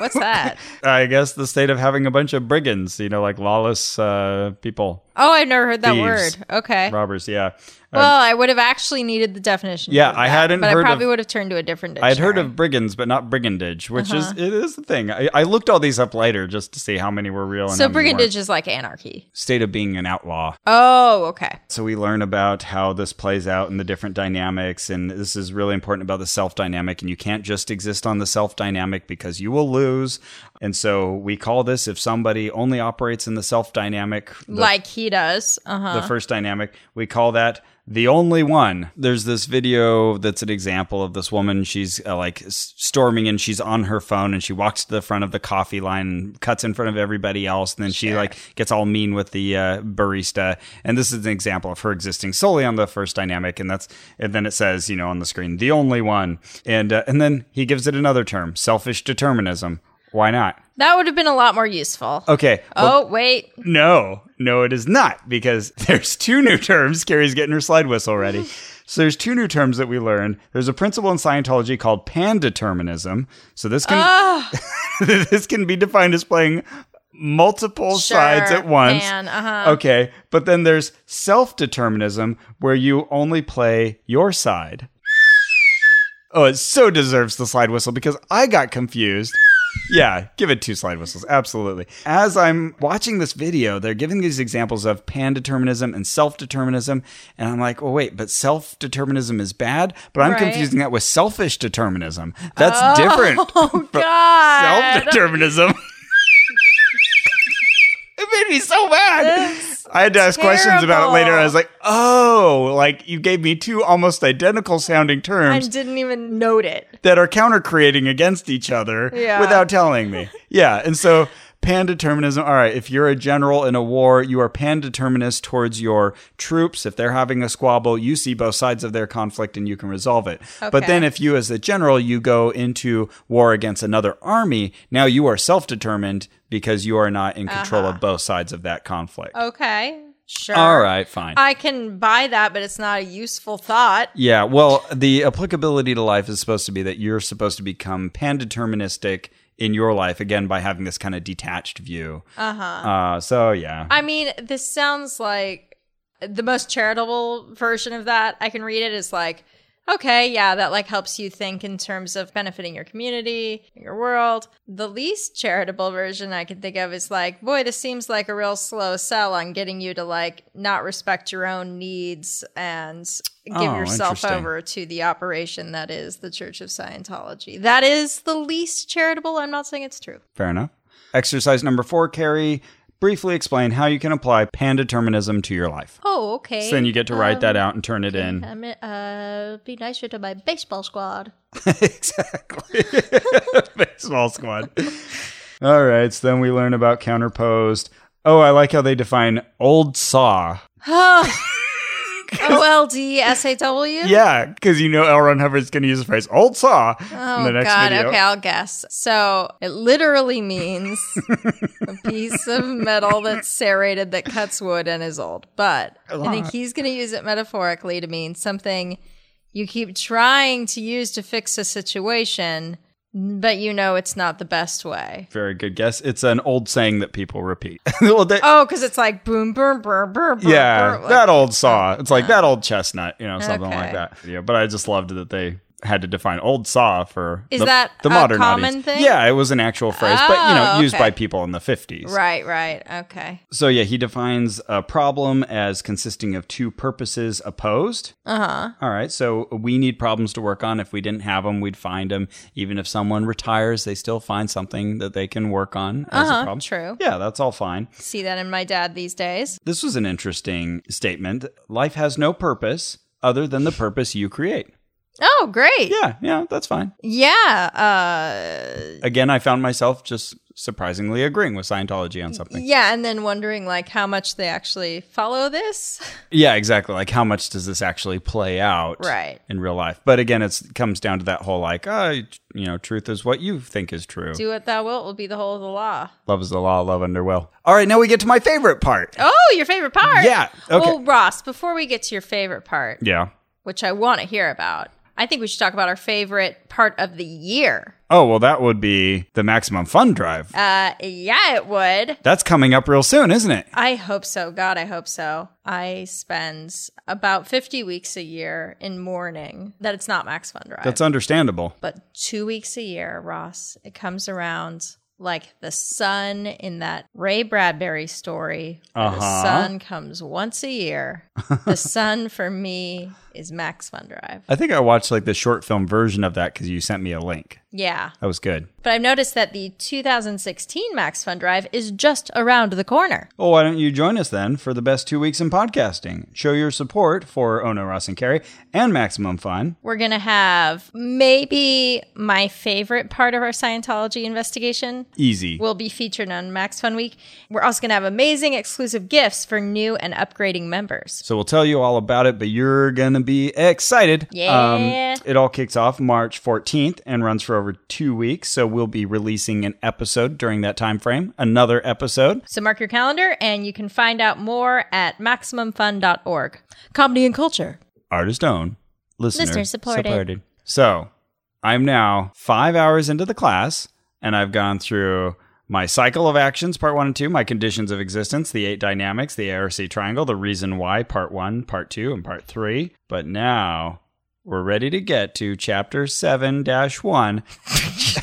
B: What's that?
A: I guess the state of having a bunch of brigands, you know, like lawless uh, people,
B: Oh, I've never heard that
A: Thieves.
B: word. Okay.
A: robbers. Yeah. Uh,
B: Well, I would have actually needed the definition.
A: Yeah,
B: of
A: I
B: that,
A: hadn't
B: But
A: heard
B: I probably
A: of-
B: would have turned to a different
A: I
B: dictionary.
A: had heard of brigands, but not brigandage, which
B: Uh-huh.
A: is it is the thing. I, I looked all these up later just to see how many were real. And
B: So
A: how many weren't.
B: brigandage is like anarchy.
A: state of being an outlaw.
B: Oh, okay.
A: So we learn about how this plays out and the different dynamics, and this is really important about the self dynamic. And you can't just exist on the self dynamic because you will lose. And so we call this if somebody only operates in the self dynamic,
B: like he does. Uh huh.
A: the first dynamic. We call that the only one. There's this video that's an example of this woman. She's uh, like s- storming and she's on her phone and she walks to the front of the coffee line, and cuts in front of everybody else, and then she like gets all mean with the uh, barista. And this is an example of her existing solely on the first dynamic. And that's and then it says you know on the screen the only one. And uh, and then he gives it another term, selfish determinism. Why not?
B: That would have been a lot more useful.
A: Okay.
B: Oh, wait.
A: No, no, it is not because there's two new terms. Carrie's getting her slide whistle ready. So there's two new terms that we learned. There's a principle in Scientology called pandeterminism. So this can this can be defined as playing multiple sides
B: Sure,
A: at once.
B: pan, uh-huh.
A: Okay, but then there's self-determinism where you only play your side. Oh, it so deserves the slide whistle because I got confused. Yeah, give it two slide whistles. Absolutely. As I'm watching this video, they're giving these examples of pan-determinism and self-determinism, and I'm like, "Well, wait, but self-determinism is bad, but I'm
B: Right.
A: confusing that with selfish determinism. That's different
B: Oh, God.
A: self-determinism." it made me so mad. I had to ask questions about it later. I
B: terrible.
A: was like, "Oh, like you gave me two almost identical sounding
B: I
A: terms."
B: didn't even note it.
A: that are counter creating against each other
B: Yeah.
A: without telling me. Yeah. And so pandeterminism, all right, if you're a general in a war, you are pandeterminist towards your troops. If they're having a squabble, you see both sides of their conflict and you can resolve it. But
B: Okay.
A: then if you as a general, you go into war against another army, now you are self determined because you are not in control of both sides of that conflict.
B: Uh-huh. Okay. Sure.
A: All right, fine.
B: I can buy that, but it's not a useful thought.
A: Yeah, well, the applicability to life is supposed to be that you're supposed to become pandeterministic in your life again by having this kind of detached view. Uh-huh. so yeah.
B: I mean, this sounds like the most charitable version of that. I can read it as like, okay, yeah, that like helps you think in terms of benefiting your community, your world. The least charitable version I can think of is like, boy, this seems like a real slow sell on getting you to like not respect your own needs and give
A: Oh,
B: yourself
A: interesting.
B: over to the operation that is the Church of Scientology. That is the least charitable. I'm not saying it's true.
A: Fair enough. Exercise number 4, Carrie, briefly explain how you can apply pandeterminism to your life.
B: Oh, okay.
A: So then you get to write that out and turn it in.
B: I'm uh be nicer to my baseball squad.
A: exactly. Baseball squad. All right, so then we learn about counterposed. Oh, I like how they define old saw.
B: O L Oh, D S A W.
A: Yeah, because you know L. Ron Hubbard's going to use the phrase "old saw" in
B: Oh
A: the next
B: God.
A: video.
B: Okay, I'll guess. So it literally means a piece of metal that's serrated that cuts wood and is old. But I think he's going to use it metaphorically to mean something you keep trying to use to fix a situation, but you know it's not the best way.
A: Very good guess. It's an old saying that people repeat. well, they,
B: Oh, because it's like boom, boom, boom, boom, boom.
A: yeah,
B: boom, like-
A: that old saw. It's like that old chestnut, you know, something like
B: Oh. Okay.
A: that. Yeah, but I just loved that they had to define old saw for
B: Is
A: the,
B: that
A: the
B: a
A: modern
B: common
A: audience.
B: thing?
A: Yeah, it was an actual phrase, but you know,
B: Oh,
A: used
B: okay.
A: by people in the fifties.
B: Right, right. Okay.
A: So yeah, he defines a problem as consisting of two purposes opposed. Uh
B: Uh-huh.
A: huh. All right. So we need problems to work on. If we didn't have them, we'd find them. Even if someone retires, they still find something that they can work on as a
B: Uh-huh,
A: problem.
B: true.
A: Yeah, that's all fine.
B: See that in my dad these days.
A: This was an interesting statement. Life has no purpose other than the purpose you create.
B: Oh, great.
A: Yeah, yeah, that's fine.
B: Yeah. Uh,
A: Again, I found myself just surprisingly agreeing with Scientology on something.
B: yeah. And then wondering, like, how much they actually follow this.
A: Yeah, exactly. Like, how much does this actually play out,
B: Right.
A: in real life? But again, it's, it comes down to that whole like, uh, you know, truth is what you think is true.
B: Do what thou wilt will be the whole of the law.
A: love is the law. Love under will. All right, now we get to my favorite part.
B: Oh, your favorite part.
A: Yeah, okay.
B: Well, Ross, before we get to your favorite part,
A: Yeah.
B: which I want to hear about, I think we should talk about our favorite part of the year.
A: oh, well, that would be the maximum fun drive.
B: Uh, yeah, it would.
A: That's coming up real soon, isn't it?
B: I hope so. God, I hope so. I spend about 50 weeks a year in mourning that it's not Max Fun Drive.
A: That's understandable.
B: but two weeks a year, Ross, it comes around like the sun in that Ray Bradbury story. where The
A: Uh-huh.
B: sun comes once a year. the sun for me is Max Fun Drive.
A: I think I watched like the short film version of that because you sent me a link.
B: Yeah.
A: That was good.
B: But I've noticed that the 2016 Max Fun Drive is just around the corner.
A: Well, why don't you join us then for the best two weeks in podcasting? Show your support for Ono Ross and Carrie and Maximum Fun.
B: We're going to have maybe my favorite part of our Scientology investigation
A: Easy.
B: will be featured on Max Fun Week. We're also going to have amazing exclusive gifts for new and upgrading members.
A: So we'll tell you all about it, but you're going to be excited. Um,
B: Yeah.
A: it all kicks off March 14th and runs for over two weeks. So we'll be releasing an episode during that time frame, another episode.
B: So mark your calendar and you can find out more at maximumfun.org. Comedy and culture.
A: Artist owned, listener,
B: Listener supported.
A: So I'm now five hours into the class, and I've gone through my cycle of actions, part one and two, my conditions of existence, the eight dynamics, the ARC triangle, the reason why, part one, part two, and part three. But now we're ready to get to chapter seven dash one.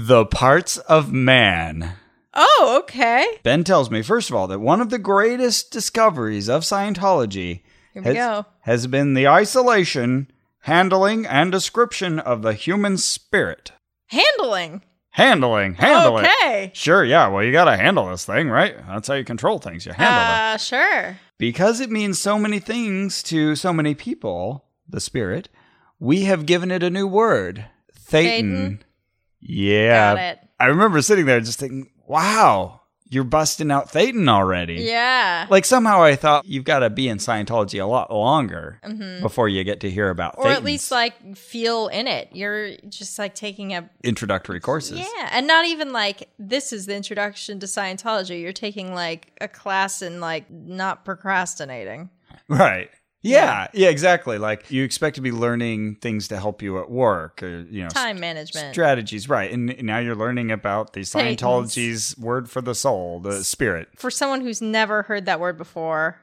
A: The parts of man.
B: Oh, okay.
A: Ben tells me, first of all, that one of the greatest discoveries of Scientology
B: Here we
A: has,
B: go.
A: has been the isolation, handling, and description of the human spirit.
B: Handling.
A: Handling, handling.
B: Okay.
A: Sure, yeah. Well, you got to handle this thing, right? That's how you control things. You handle them.
B: Uh, sure.
A: Because it means so many things to so many people, the spirit, we have given it a new word, Thetan.
B: Thetan.
A: Yeah.
B: Got it.
A: I remember sitting there just thinking, wow, you're busting out Thetan already.
B: Yeah.
A: Like somehow I thought you've got to be in Scientology a lot longer before you get to hear about
B: Mm-hmm. or at
A: Thetans.
B: least like feel in it. You're just like taking a
A: introductory courses.
B: yeah, and not even like this is the introduction to Scientology. You're taking like a class in like not procrastinating.
A: Right. Yeah, yeah, exactly. Like you expect to be learning things to help you at work or you know s-
B: Time management.
A: strategies, right? And now you're learning about the
B: Thetans.
A: Scientology's word for the soul, the spirit.
B: For someone who's never heard that word before,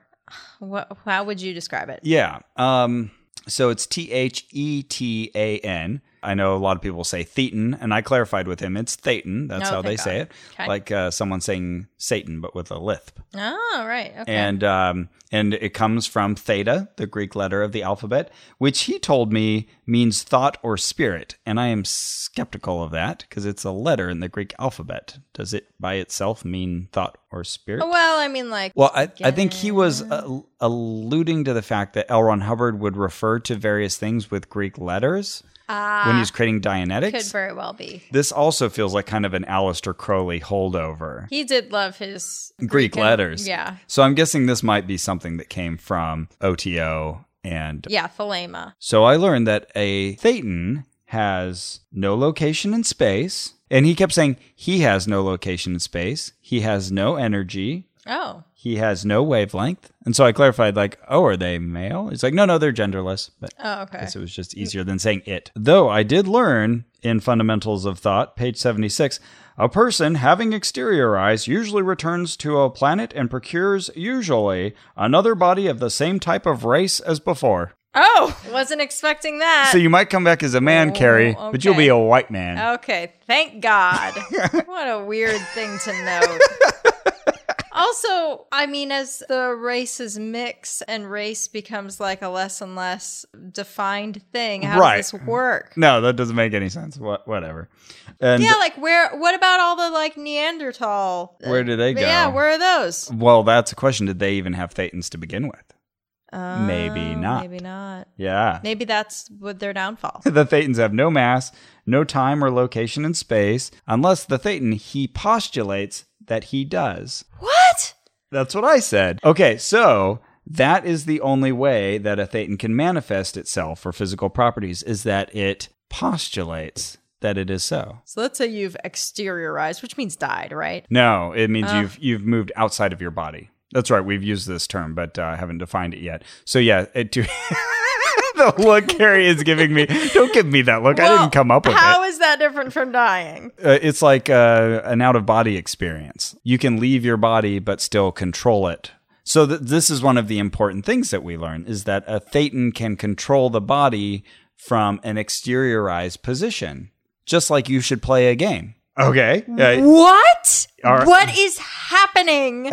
B: what, how would you describe it?
A: Yeah. Um, so it's T H E T A N. I know a lot of people say Thetan, and I clarified with him it's Thetan. That's
B: Oh,
A: how they
B: thank
A: say
B: God.
A: it.
B: Okay.
A: Like uh, someone saying Satan, but with a lisp.
B: Oh, right. Okay.
A: and um, and it comes from theta, the Greek letter of the alphabet, which he told me means thought or spirit, and I am skeptical of that because it's a letter in the Greek alphabet. Does it by itself mean thought or spirit?
B: Oh, well, I mean, like,
A: Well, I, I think he was uh, alluding to the fact that L. Ron Hubbard would refer to various things with Greek letters when he's creating
B: Ah, could
A: Dianetics.
B: very well be.
A: This also feels like kind of an Aleister Crowley holdover.
B: He did love his
A: Greek
B: and-
A: letters.
B: Yeah.
A: So I'm guessing this might be something that came from OTO. And
B: Yeah, Thelema.
A: so I learned that a Thetan has no location in space. And he kept saying he has no location in space. He has no energy.
B: Oh,
A: He has no wavelength. And so I clarified, like, oh, are they male? He's like, no, no, they're genderless. But
B: oh, okay.
A: so it was just easier than saying it. Though I did learn in Fundamentals of Thought, page 76, a person having exterior eyes usually returns to a planet and procures, usually, another body of the same type of race as before.
B: Oh, wasn't expecting that.
A: So you might come back as a man,
B: Uh, Oh,
A: Carrie, but you'll
B: okay. Oh.
A: be a white man.
B: Okay, thank God. what a weird thing to know. also, I mean, as the races mix and race becomes like a less and less defined thing, how
A: Right. Mm.
B: does this work?
A: No, that doesn't make any sense. What, whatever. And
B: Yeah, like where? What about all the like Neanderthal?
A: Where do they go?
B: Yeah, where are those?
A: well, that's a question. Did they even have Thetans to begin with? Maybe
B: Oh,
A: not.
B: Maybe not.
A: Yeah.
B: Maybe that's what their downfall.
A: the Thetans have no mass, no time or location in space, unless the Thetan he postulates that he does.
B: what?
A: That's what I said. Okay, so that is the only way that a Thetan can manifest itself for physical properties is that it postulates that it is so.
B: So let's say you've exteriorized, which means died, right?
A: No, it means
B: Uh.
A: you've you've moved outside of your body. That's right. We've used this term, but uh, haven't defined it yet. So yeah, it, to the look Carrie is giving me. Don't give me that look. I
B: Well,
A: didn't come up with
B: How
A: it.
B: is that different from dying?
A: Uh, it's like uh, an out of body experience. You can leave your body but still control it. So th- this is one of the important things that we learn is that a thetan can control the body from an exteriorized position, just like you should play a game. Okay. Uh,
B: What?
A: Our-
B: What is happening?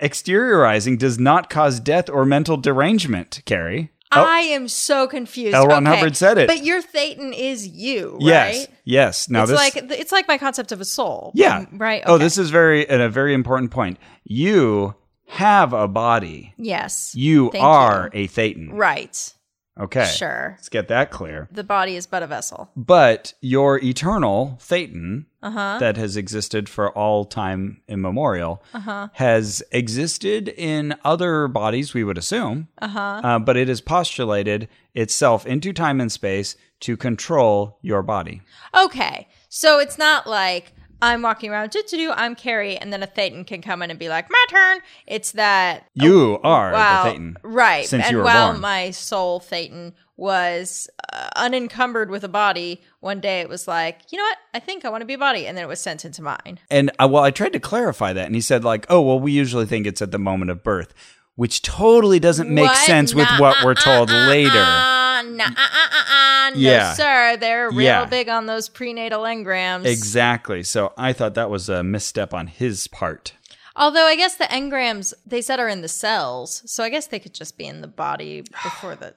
A: exteriorizing does not cause death or mental derangement, Carrie.
B: I am so confused.
A: Oh. L. Ron
B: Okay,
A: Hubbard said it.
B: But your Thetan is you, right?
A: Yes. Yes. Now
B: it's
A: this
B: like it's like my concept of a soul.
A: Yeah.
B: Mm, Right.
A: Oh,
B: Okay.
A: this is very and a very important point. You have a body.
B: Yes.
A: You
B: Thank
A: are a thetan.
B: Right.
A: Okay.
B: Sure.
A: Let's get that clear.
B: The body is but a vessel.
A: But your eternal thetan
B: Uh-huh.
A: that has existed for all time immemorial
B: Uh-huh.
A: has existed in other bodies, we would assume,
B: Uh-huh.
A: uh, but it has postulated itself into time and space to control your body.
B: Oh, Okay. So it's not like I'm walking around, do do do, I'm Carrie, and then a Thetan can come in and be like, my turn. It's that
A: You are
B: wow,
A: the thetan.
B: right?
A: since
B: and
A: you were
B: while
A: born.
B: my soul Thetan was uh, unencumbered with a body, one day it was like, you know what? I think I want to be a body, and then it was sent into mine.
A: And I, well, I tried to clarify that, and he said like, "Oh, well, we usually think it's at the moment of birth," which totally doesn't make
B: What?
A: sense with
B: Nah,
A: what we're
B: uh,
A: told
B: uh,
A: later.
B: Uh, nah, uh, uh, uh, uh, no,
A: Yeah.
B: sir. They're real
A: Yeah.
B: big on those prenatal engrams.
A: Exactly. So I thought that was a misstep on his part.
B: Although I guess the engrams they said are in the cells, so I guess they could just be in the body before the.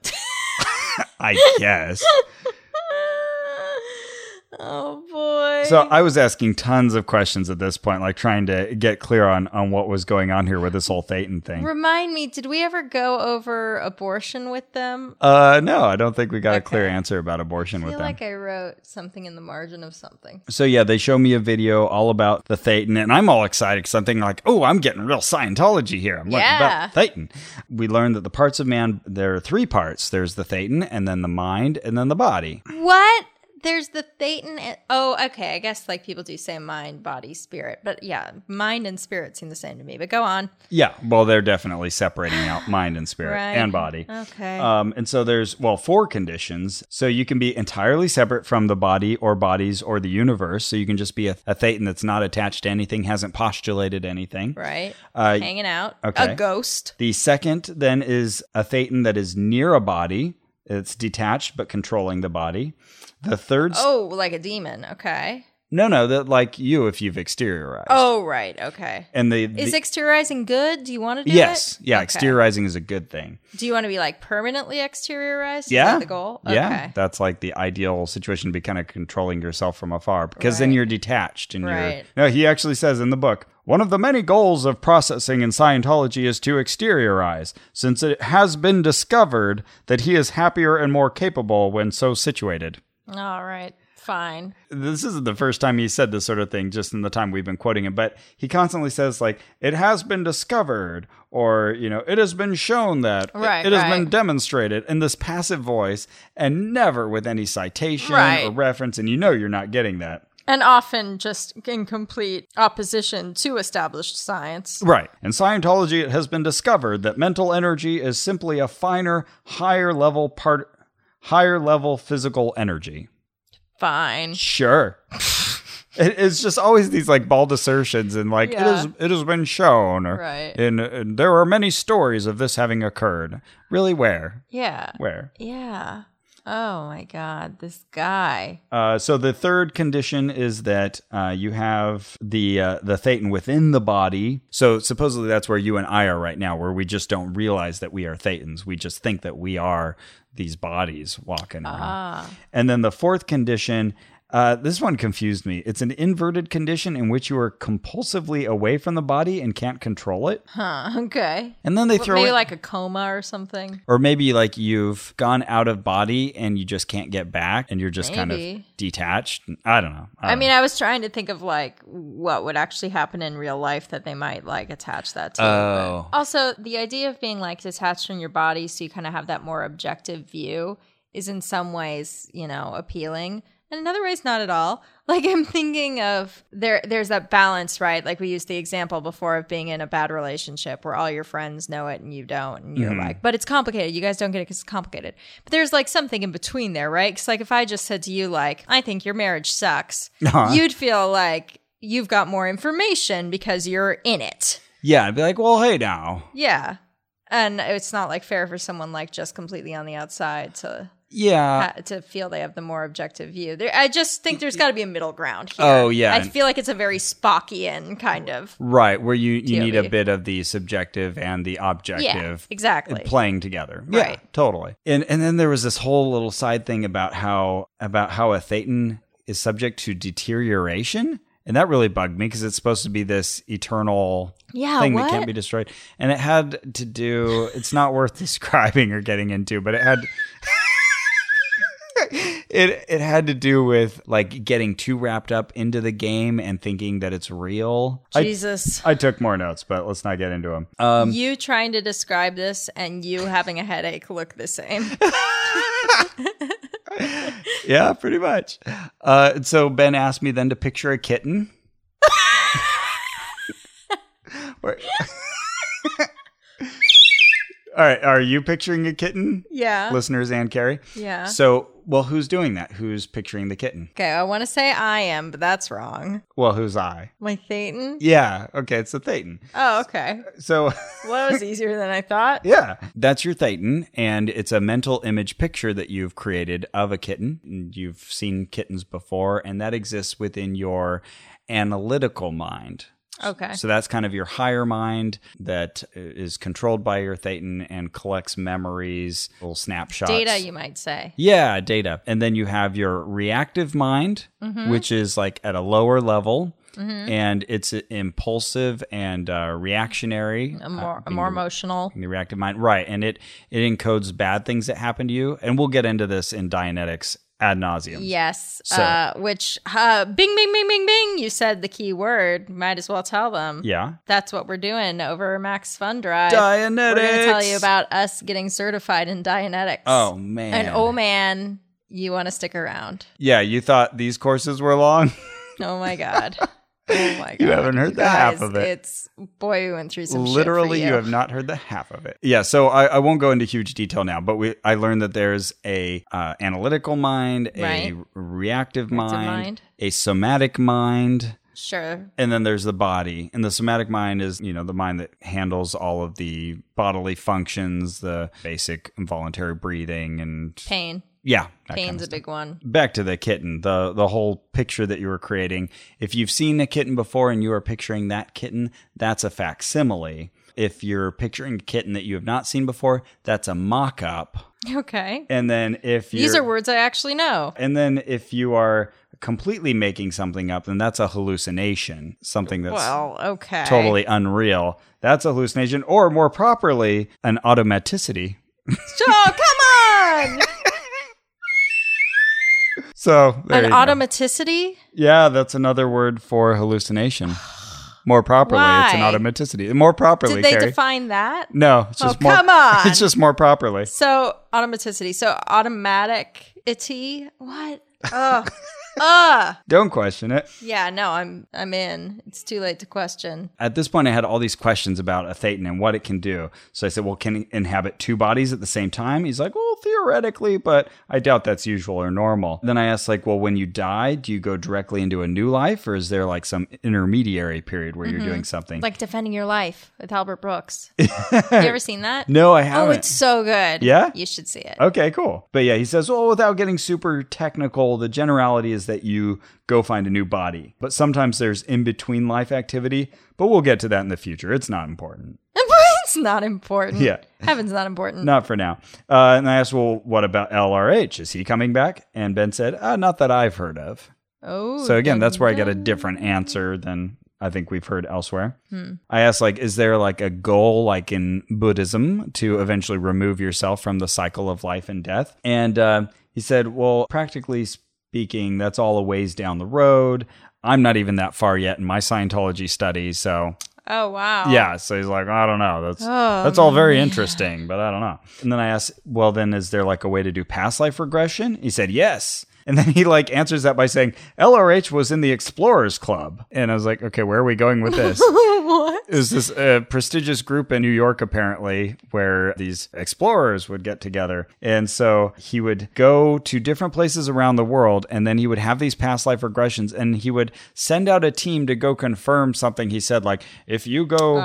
A: I guess.
B: oh boy.
A: so I was asking tons of questions at this point, like trying to get clear on on what was going on here with this whole Thetan thing.
B: Remind me, did we ever go over abortion with them?
A: Uh, no, I don't think we got a
B: Okay.
A: clear answer about abortion
B: I
A: with
B: feel
A: them.
B: like I wrote something in the margin of something.
A: So yeah, they show me a video all about the Thetan, and I'm all excited because I'm thinking like, oh, I'm getting real Scientology here. I'm learning
B: Yeah.
A: about Thetan. We learned that the parts of man there are three parts. There's the Thetan, and then the mind, and then the body.
B: What? There's the Thetan. And, oh, okay. I guess like people do say mind, body, spirit, but yeah, mind and spirit seem the same to me. But go on.
A: Yeah, well, they're definitely separating out mind and spirit
B: Right.
A: and body.
B: Okay.
A: Um, and so there's well four conditions. So you can be entirely separate from the body or bodies or the universe. So you can just be a, a Thetan that's not attached to anything, hasn't postulated anything.
B: right.
A: Uh,
B: Hanging out.
A: okay.
B: A ghost.
A: The second then is a thetan that is near a body. It's detached but controlling the body. The third, s-
B: Oh, like a demon. Okay.
A: no, no, that like you if you've exteriorized.
B: Oh, right. Okay.
A: and the,
B: Is
A: the-
B: exteriorizing good? Do you want to do
A: yes,
B: it?
A: yeah,
B: Okay.
A: exteriorizing is a good thing.
B: Do you want to be like permanently exteriorized? Is
A: Yeah,
B: that the goal. Okay.
A: Yeah, that's like the ideal situation to be kind of controlling yourself from afar because then
B: Right.
A: you're detached and
B: Right.
A: you're. No, he actually says in the book. One of the many goals of processing in Scientology is to exteriorize, since it has been discovered that he is happier and more capable when so situated.
B: All right. Fine.
A: this isn't the first time he said this sort of thing just in the time we've been quoting him but he constantly says like it has been discovered or you know it has been shown that it-
B: Right,
A: it, has been
B: right.
A: demonstrated in this passive voice and never with any citation or
B: Right.
A: reference and you know you're not getting that
B: And often just in complete opposition to established science.
A: right in scientology it has been discovered that mental energy is simply a finer higher level part higher level physical energy
B: Fine.
A: Sure. It- it's just always these like bald assertions and like it
B: Yeah.
A: is it has been shown or
B: Right.
A: and, and there are many stories of this having occurred. Really, where
B: Yeah.
A: where?
B: Yeah. Oh my God. This guy.
A: Uh, so the third condition is that uh, you have the uh, the thetan within the body. So supposedly that's where you and I are right now, where we just don't realize that we are thetans. We just think that we are these bodies walking around.
B: Ah.
A: And then the fourth condition, uh, this one confused me. It's an inverted condition in which you are compulsively away from the body and can't control it.
B: Huh. Uh, Okay.
A: And then they
B: What,
A: throw
B: maybe
A: in-
B: like a coma or something.
A: or maybe like you've gone out of body and you just can't get back and you're just kind
B: Maybe.
A: of detached. I don't know.
B: I mean, I was trying to think of like what would actually happen in real life that they might like attach that to. but-
A: Oh.
B: Also, the idea of being like detached from your body so you kind of have that more objective view is in some ways, you know, appealing. and another way is not at all. Like I'm thinking of there there's that balance, right? Like we used the example before of being in a bad relationship where all your friends know it and you don't and
A: Mm-hmm.
B: you're like, but it's complicated. You guys don't get it cuz it's complicated. But there's like something in between there, right? Cuz like if I just said to you like, I think your marriage sucks,
A: Uh-huh.
B: you'd feel like you've got more information because you're in it.
A: Yeah, I'd be like, well, hey now.
B: Yeah. And it's not like fair for someone like just completely on the outside to
A: Yeah.
B: ha- to feel they have the more objective view. There, I just think there's got to be a middle ground here.
A: Oh, yeah.
B: I feel like it's a very Spockian kind of.
A: Right, where you, you need a
B: TLB.
A: bit of the subjective and the
B: Yeah,
A: objective
B: exactly.
A: playing together. Yeah,
B: Right.
A: totally. And and then there was this whole little side thing about how about how a thetan is subject to deterioration, and that really bugged me because it's supposed to be this eternal
B: Yeah,
A: thing that
B: what?
A: can't be destroyed, and it had to do. It's not worth describing or getting into, but it had. It, it had to do with like getting too wrapped up into the game and thinking that it's real. I,
B: Jesus,
A: I took more notes, but let's not get into Um, them.
B: you trying to describe this and you having a headache look the same.
A: yeah, pretty much. Uh, and so Ben asked me then to picture a kitten. Or- All right, are you picturing a kitten,
B: Yeah.
A: listeners and Carrie?
B: Yeah.
A: So, well, who's doing that? Who's picturing the kitten?
B: Okay, I want to say I am, but that's wrong.
A: Well, who's I?
B: My Thetan?
A: Yeah, okay, it's a thetan.
B: Oh, okay.
A: So,
B: Well, that was easier than I thought.
A: yeah, that's your thetan, and it's a mental image picture that you've created of a kitten. And You've seen kittens before, and that exists within your analytical mind.
B: Okay.
A: So that's kind of your higher mind that is controlled by your thetan and collects memories, little snapshots.
B: Data, you might say.
A: yeah, data. And then you have your reactive mind,
B: Mm-hmm.
A: which is like at a lower level. And it's uh, impulsive and uh, reactionary.
B: A more, a more emotional.
A: In the reactive mind, right? And it it encodes bad things that happen to you, and we'll get into this in Dianetics ad nauseum.
B: Yes.
A: So-
B: Uh, which, uh, bing, bing, bing, bing, bing. You said the key word. Might as well tell them.
A: yeah.
B: That's what we're doing over Max Fun Drive.
A: Dianetics.
B: We're going to tell you about us getting certified in Dianetics.
A: Oh man.
B: And oh man, you want to stick around.
A: Yeah, you thought these courses were long.
B: Oh my God. oh my God.
A: You haven't heard the half
B: guys,
A: of it.
B: It's, boy, we went through some shit for
A: Literally, you.
B: you.
A: have not heard the half of it. Yeah, so I, I won't go into huge detail now, but we I learned that there's a uh, analytical mind, a
B: Right.
A: reactive, mind,
B: mind.
A: a somatic mind,
B: Sure.
A: and then there's the body. And the somatic mind is, you know, the mind that handles all of the bodily functions, the basic involuntary breathing, and
B: Pain.
A: yeah, that kind of
B: Pain's a big one.
A: back to the kitten the the whole picture that you were creating if you've seen a kitten before and you are picturing that kitten that's a facsimile if you're picturing a kitten that you have not seen before that's a mock-up
B: Okay.
A: and then if you're
B: These are words I actually know.
A: and then if you are completely making something up then that's a hallucination something that's
B: Well, okay.
A: totally unreal that's a hallucination or more properly an automaticity
B: Oh, come on!
A: so there
B: An
A: you go.
B: automaticity?
A: Yeah, that's another word for hallucination. More properly, it's an
B: Why?
A: automaticity. More properly,
B: Did they
A: Carrie.
B: define that?
A: no, it's just
B: Oh,
A: more.
B: come on.
A: It's just more properly.
B: So automaticity. So automatic itty. What? Ugh. Ugh.
A: Don't question it.
B: Yeah. No, I'm. I'm in. It's too late to question.
A: At this point, I had all these questions about a thetan and what it can do. So I said, "Well, can it inhabit two bodies at the same time?" He's like, "Well, theoretically, but I doubt that's usual or normal." Then I asked, "Like, well, when you die, do you go directly into a new life, or is there like some intermediary period where you're doing something?"
B: Mm-hmm. Like defending your life with Albert Brooks. you ever seen that?
A: no, I haven't.
B: Oh, it's so good.
A: Yeah? Uh,
B: You should see it.
A: Okay, cool. But yeah, he says, well, without getting super technical, the generality is that you go find a new body. But sometimes there's in between life activity, but we'll get to that in the future. It's not important.
B: it's not important.
A: Yeah.
B: Heaven's not important.
A: Not for now. Uh, and I asked, well, what about LRH? Is he coming back? And Ben said, uh, not that I've heard of.
B: Oh.
A: So again,
B: dun-
A: that's where I get a different answer than I think we've heard elsewhere. I asked, like, is there like a goal, like in Buddhism, to eventually remove yourself from the cycle of life and death? And uh, he said, well, practically speaking, that's all a ways down the road. I'm not even that far yet in my Scientology study, so
B: Oh wow.
A: yeah. So he's like, I don't know. That's that's all very interesting, but I don't know. And then I asked, well, then is there like a way to do past life regression? He said, yes. And then he like answers that by saying, LRH was in the Explorers Club. And I was like, okay, where are we going with this?
B: what?
A: is this uh, prestigious group in New York, apparently, where these explorers would get together. And so he would go to different places around the world, and then he would have these past life regressions, and he would send out a team to go confirm something he said, like, if you go.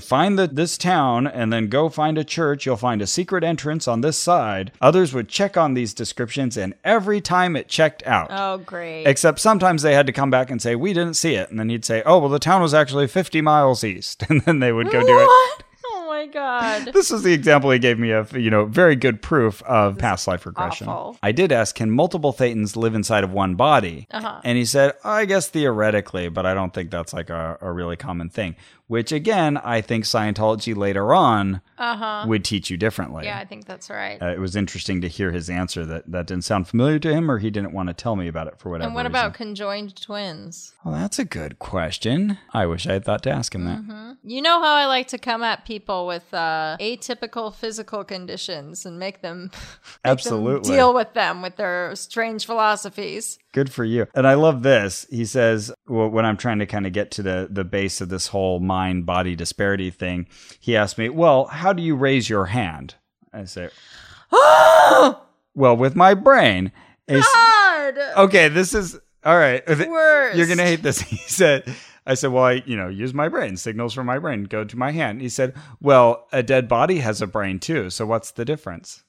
A: Find the, this town and then go find a church. You'll find a secret entrance on this side. Others would check on these descriptions, and every time it checked out.
B: Oh, great.
A: Except sometimes they had to come back and say, We didn't see it. And then he'd say, Oh, well, the town was actually 50 miles east. And then they would go do it.
B: What? Oh my god.
A: This is the example he gave me of, you know, very good proof of past life regression.
B: awful.
A: I did ask, Can multiple Thetans live inside of one body?
B: Uh-huh.
A: And he said, I guess theoretically, but I don't think that's like a, a really common thing. Which again, I think Scientology later on would teach you differently.
B: Uh-huh. Yeah, I think that's right.
A: Uh, it was interesting to hear his answer that that didn't sound familiar to him, or he didn't want to tell me about it for whatever.
B: and what
A: reason.
B: about conjoined twins?
A: Well, that's a good question. I wish I had thought to ask him that.
B: You know how I like to come at people with uh, atypical physical conditions and make them make them
A: Absolutely.
B: deal with them with their strange philosophies.
A: Good for you. And I love this. He says, well, when I'm trying to kind of get to the, the base of this whole mind body disparity thing, he asked me, Well, how do you raise your hand? I say, Well, with my brain. He s-
B: God.
A: okay, this is all right.
B: Worst.
A: Uh, You're gonna hate this. He said, I said, well, I, you know, use my brain. Signals from my brain go to my hand. He said, well, a dead body has a brain too. So what's the difference?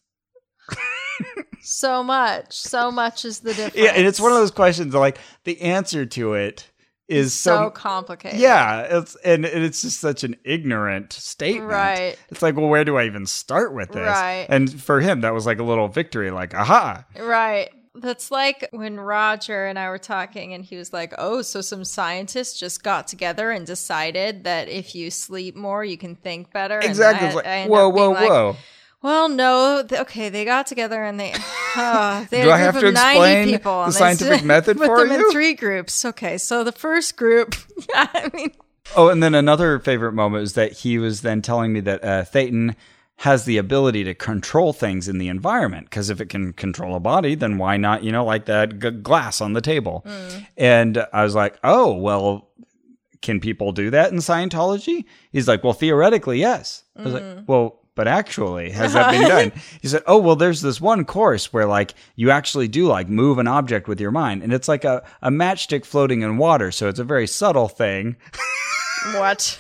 B: So much. So much is the difference.
A: Yeah, and it's one of those questions like the answer to it is
B: so,
A: so,
B: complicated.
A: yeah, it's and and it's just such an ignorant statement.
B: Right.
A: It's like, well, where do I even start with this?
B: Right.
A: And for him, that was like a little victory. Like, aha,
B: Right. That's like when Roger and I were talking, and he was like, Oh, so some scientists just got together and decided that if you sleep more, you can think better. And
A: exactly.
B: I-
A: It's
B: I
A: like,
B: end
A: whoa,
B: up
A: whoa,
B: being like,
A: whoa.
B: Well, no. th- okay, they got together and they. Uh, they
A: Do I
B: had a
A: have
B: group
A: to
B: of 90
A: explain
B: people
A: the
B: and they
A: scientific method
B: put
A: for
B: them
A: you?
B: in three groups. Okay, so the first group. Yeah, I mean,
A: Oh, and then another favorite moment is that he was then telling me that uh, Thetan has the ability to control things in the environment because if it can control a body, then why not? You know, like that g- glass on the table. And I was like, oh, well, can people do that in Scientology? He's like, well, theoretically, yes. I was like, well. But actually, has that been done? He said, "Oh well, there's this one course where like you actually do like move an object with your mind, and it's like a, a matchstick floating in water, so it's a very subtle thing."
B: what?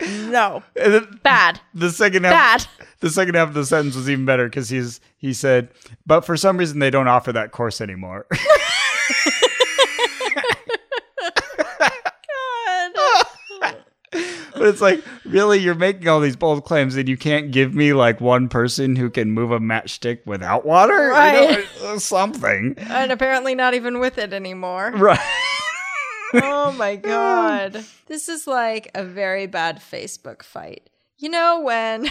B: no.
A: And then
B: Bad.
A: the second half
B: Bad.
A: the second half of the sentence was even better because he's he said but for some reason they don't offer that course anymore but it's like really you're making all these bold claims and you can't give me like one person who can move a matchstick without water You know,
B: Right.
A: uh, something
B: and apparently not even with it anymore.
A: right
B: oh my god. This is like a very bad Facebook fight. You know when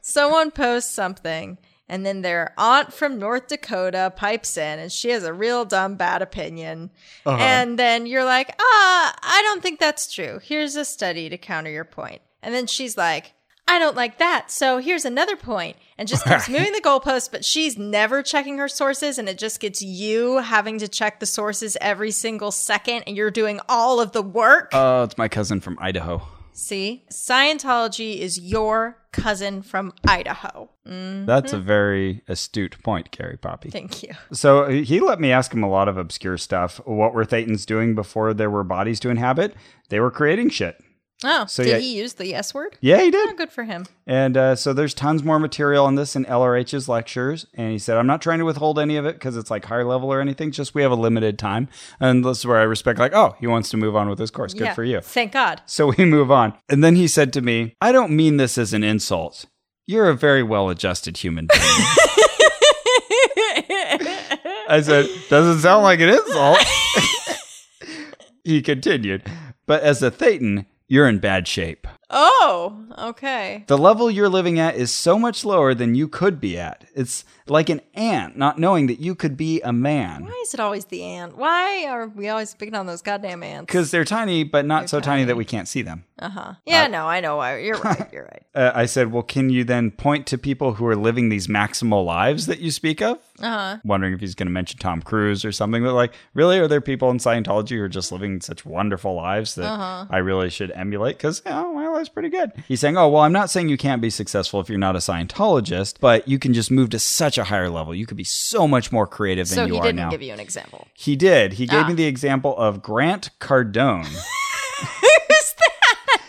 B: someone posts something and then their aunt from North Dakota pipes in and she has a real dumb bad opinion. And then you're like, "Ah, I don't think that's true. Here's a study to counter your point." And then she's like, I don't like that. So here's another point, and just keeps moving the goalposts. But she's never checking her sources, and it just gets you having to check the sources every single second, and you're doing all of the work.
A: oh it's my cousin from idaho
B: See, Scientology is your cousin from Idaho.
A: that's
B: Mm-hmm.
A: a very astute point gary poppy
B: Thank you.
A: So uh, he let me ask him a lot of obscure stuff. What were Thetans doing before there were bodies to inhabit? They were creating shit.
B: Oh,
A: So,
B: did
A: yeah-
B: he use the yes word?
A: Yeah, he did.
B: Oh, good for him.
A: And uh, so there's tons more material on this in LRH's lectures. And he said, I'm not trying to withhold any of it because it's like higher level or anything. Just we have a limited time. And this is where I respect, like, oh, he wants to move on with his course. Good
B: Yeah.
A: for you.
B: Thank God.
A: So we move on. And then he said to me, I don't mean this as an insult. You're a very well adjusted human being. I said, doesn't sound like an insult. he continued, but as a Thetan, you're in bad shape.
B: Oh, okay.
A: The level you're living at is so much lower than you could be at. It's like an ant not knowing that you could be a man.
B: Why is it always the ant? Why are we always picking on those goddamn ants?
A: Because they're tiny, but not so tiny.
B: tiny.
A: that we can't see them.
B: Uh-huh. Yeah, no, I know why. You're right. You're right.
A: Uh, I said, Well, can you then point to people who are living these maximal lives that you speak of?
B: Uh-huh.
A: Wondering if he's going to mention Tom Cruise or something, but like, really, are there people in Scientology who are just living such wonderful lives that
B: Uh-huh.
A: I really should emulate? Because, you know, my life's pretty good. He's saying, Oh, well, I'm not saying you can't be successful if you're not a Scientologist, but you can just move to such a higher level. You could be so much more creative
B: So
A: than you
B: he
A: are
B: didn't
A: now.
B: give you an example.
A: He did. He
B: Ah.
A: gave me the example of Grant Cardone,
B: Who's that?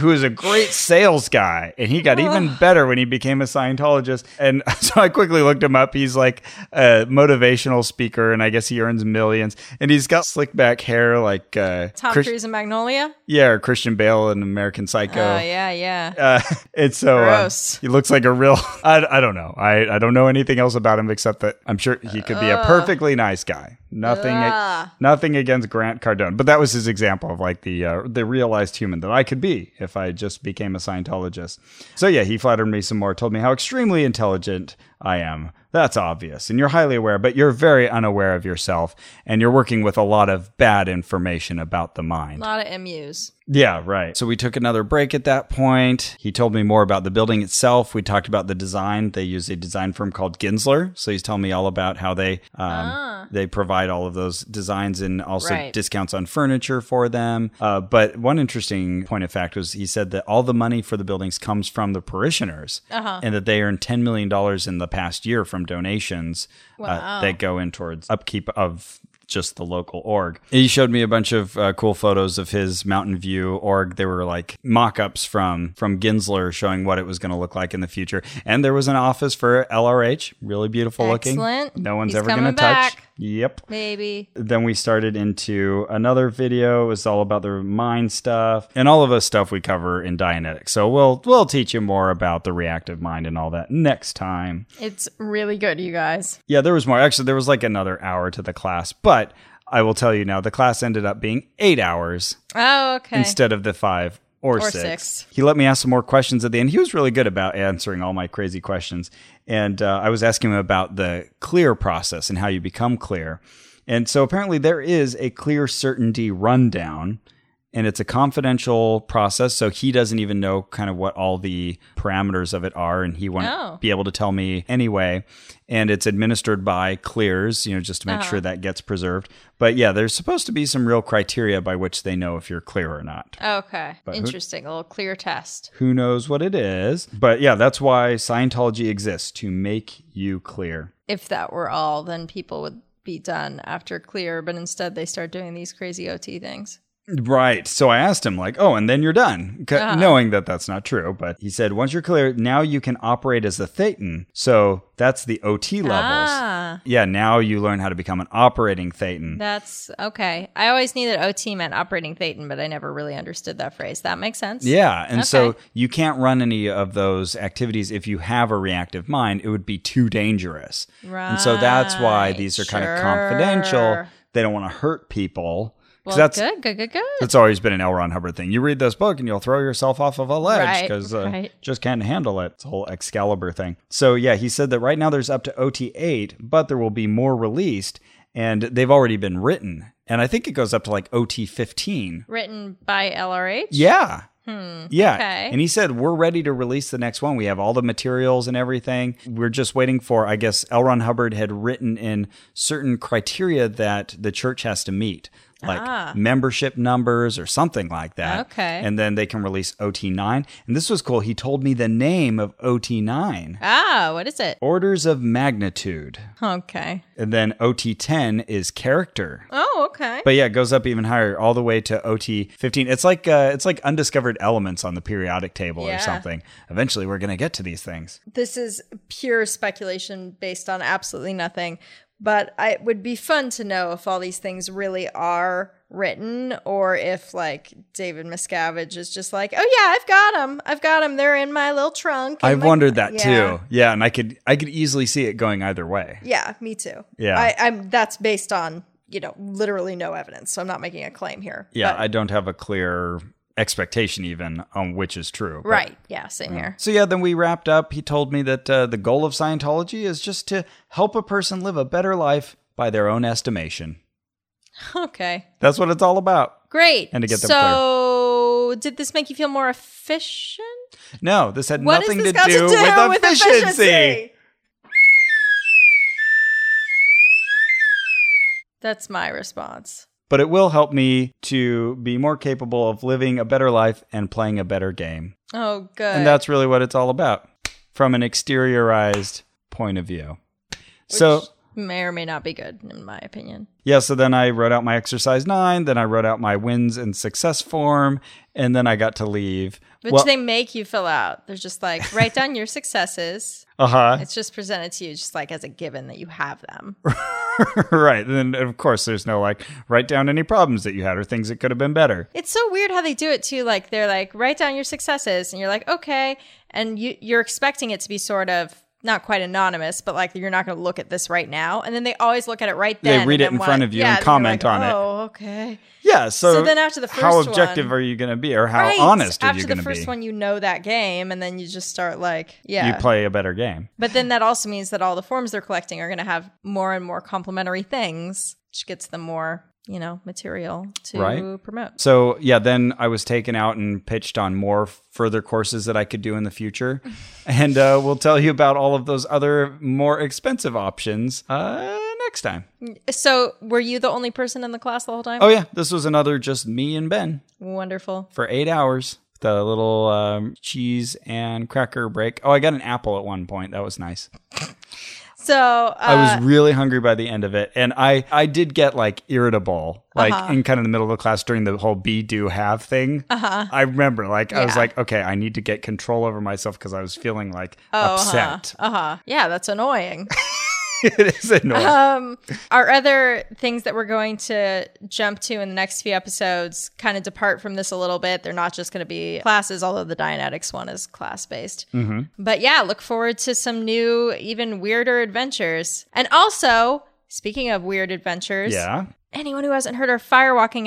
A: who is a great sales guy, and he got even better when he became a Scientologist. And so I quickly looked him up. He's like a motivational speaker, and I guess he earns millions. And he's got slick back hair, like uh,
B: Tom
A: Chris-
B: Cruise and Magnolia?
A: yeah, or Christian Bale in American Psycho.
B: Oh, yeah, yeah.
A: Uh, and so uh,
B: Gross.
A: he looks like a real. I, I don't know. I, I don't know anything else about him except that I'm sure he could be a perfectly nice guy. Nothing
B: Ugh.
A: nothing against Grant Cardone, but that was his example of like the uh, the realized human that I could be if I just became a Scientologist. So yeah, he flattered me some more, told me how extremely intelligent I am. That's obvious, and you're highly aware, but you're very unaware of yourself, and you're working with a lot of bad information about the mind.
B: A lot of MUs.
A: Yeah, right. So we took another break at that point. He told me more about the building itself. We talked about the design. They use a design firm called Ginsler. So he's telling me all about how they um, they provide all of those designs and also
B: Right.
A: discounts on furniture for them. Uh, but one interesting point of fact was he said that all the money for the buildings comes from the parishioners,
B: Uh-huh.
A: and that they earned ten million dollars in the past year from donations uh, that go in towards upkeep of just the local org. He showed me a bunch of uh, cool photos of his Mountain View org. They were like mock-ups from from Ginsler showing what it was going to look like in the future. And there was an office for LRH, really beautiful
B: Excellent.
A: looking. No one's
B: He's
A: ever going to
B: coming
A: touch.
B: back.
A: Yep.
B: Maybe.
A: Then we started into another video. It was all about the mind stuff and all of the stuff we cover in Dianetics. So we'll we'll teach you more about the reactive mind and all that next time.
B: It's really good, you guys.
A: Yeah, there was more. Actually, there was like another hour to the class, but I will tell you now, the class ended up being eight hours
B: Oh, okay.
A: instead of the five or,
B: Or
A: six.
B: six.
A: He let me ask some more questions at the end. He was really good about answering all my crazy questions. And uh, I was asking him about the clear process and how you become clear. And so apparently there is a clear certainty rundown. And it's a confidential process, so he doesn't even know kind of what all the parameters of it are, and he won't
B: Oh.
A: be able to tell me anyway. And it's administered by clears, you know, just to make sure that gets preserved. But yeah, there's supposed to be some real criteria by which they know if you're clear or not
B: okay.
A: But who-
B: Interesting. A little clear test.
A: who knows what it is. But yeah, that's why Scientology exists to make you clear.
B: If that were all, then people would be done after clear, but instead they start doing these crazy OT things.
A: Right. So I asked him, like, oh, and then you're done, C-
B: Uh-huh.
A: knowing that that's not true. But he said, once you're clear, now you can operate as a Thetan. So that's the OT levels.
B: Ah.
A: Yeah, now you learn how to become an operating Thetan.
B: That's okay. I always knew that OT meant operating Thetan, but I never really understood that phrase. That makes sense.
A: Yeah. And so
B: Okay.
A: you can't run any of those activities if you have a reactive mind. It would be too dangerous. And so that's why
B: Right,
A: these are kind of
B: sure.
A: confidential. They don't want to hurt people. 'Cause
B: Well,
A: that's,
B: good, good, good, good.
A: It's always been an L. Ron Hubbard thing. You read this book and you'll throw yourself off of a ledge
B: Right,
A: because uh,
B: right.
A: just can't handle it. It's a whole Excalibur thing. So yeah, he said that right now there's up to OT eight, but there will be more released, and they've already been written. And I think it goes up to like OT fifteen.
B: Written by LRH.
A: Yeah. yeah.
B: Hmm. okay.
A: And he said, We're ready to release the next one. We have all the materials and everything. We're just waiting for, I guess, L. Ron Hubbard had written in certain criteria that the church has to meet, like membership numbers or something like that.
B: Ah. Okay.
A: And then they can release OT9. And this was cool. He told me the name of OT9
B: Ah, what is it?
A: Orders of Magnitude.
B: Okay.
A: And then OT10 is Character.
B: Oh, okay.
A: But yeah, it goes up even higher, all the way to OT fifteen. It's like uh, it's like undiscovered elements on the periodic table
B: Yeah.
A: or something. Eventually, we're gonna get to these things.
B: this is pure speculation based on absolutely nothing. But I, it would be fun to know if all these things really are written or if, like, David Miscavige is just like, oh, yeah, I've got them. I've got them. They're in my little trunk. in
A: I've
B: my-
A: wondered that
B: Yeah.
A: too. Yeah, and I could I could easily see it going either way.
B: Yeah, me too.
A: Yeah.
B: I, I'm, that's based on, you know, literally no evidence. So I'm not making a claim here.
A: Yeah,
B: But-
A: I don't have a clear expectation even on which is true. But-
B: Right. Yeah. Same here.
A: So yeah, then we wrapped up. He told me that uh, the goal of Scientology is just to help a person live a better life by their own estimation.
B: Okay.
A: That's what it's all about.
B: Great.
A: And to get them
B: so, did this make you feel more efficient?
A: No, this had
B: What has
A: nothing
B: this
A: to
B: got
A: do, with efficiency.
B: That's my response.
A: But it will help me to be more capable of living a better life and playing a better game.
B: Oh, good.
A: And that's really what it's all about from an exteriorized point of view. so
B: may or may not be good, in my opinion.
A: Yeah, so then I wrote out my exercise nine, then I wrote out my wins and success form, and then I got to leave.
B: Which they make you fill out. They're just like, write down your successes.
A: uh huh.
B: It's just presented to you, just like as a given that you have them.
A: right. Then, of course, there's no like, write down any problems that you had or things that could have been better.
B: It's so weird how they do it too. Like they're like, write down your successes, and you're like, okay, and you you're expecting it to be sort of not quite anonymous, but like you're not going to look at this right now. And then they always look at it right
A: They
B: then.
A: read
B: and
A: it
B: then
A: in front
B: what-
A: of you and
B: then you're
A: comment on it.
B: Oh, okay.
A: Yeah. So,
B: So then after the
A: how
B: first
A: objective
B: one-
A: are you going to be or how
B: Right.
A: honest are
B: After
A: you going
B: the
A: to
B: first
A: be?
B: one, you know that game, and then you just start like, yeah.
A: You play a better game.
B: but then that also means that all the forms they're collecting are going to have more and more complementary things, which gets them more, you know, material to
A: Right.
B: promote.
A: So, yeah, then I was taken out and pitched on more further courses that I could do in the future. and uh, we'll tell you about all of those other more expensive options uh, next time.
B: So, were you the only person in the class the whole time?
A: Oh yeah, this was another just me and Ben
B: Wonderful.
A: for eight hours. The little um, cheese and cracker break. Oh, I got an apple at one point. That was nice.
B: So, uh,
A: I was really hungry by the end of it, and I I did get like irritable, like
B: Uh-huh.
A: in kind of the middle of the class during the whole be do have thing. Uh-huh. I remember, like I was
B: Yeah.
A: like, okay, I need to get control over myself because I was feeling like
B: oh,
A: upset.
B: Uh huh. Yeah, that's annoying.
A: it is annoying.
B: um, our other things that we're going to jump to in the next few episodes kind of depart from this a little bit. They're not just going to be classes, although the Dianetics one is class based.
A: Mm-hmm.
B: But yeah, look forward to some new, even weirder adventures. And also, speaking of weird adventures,
A: yeah.
B: anyone who hasn't heard our firewalking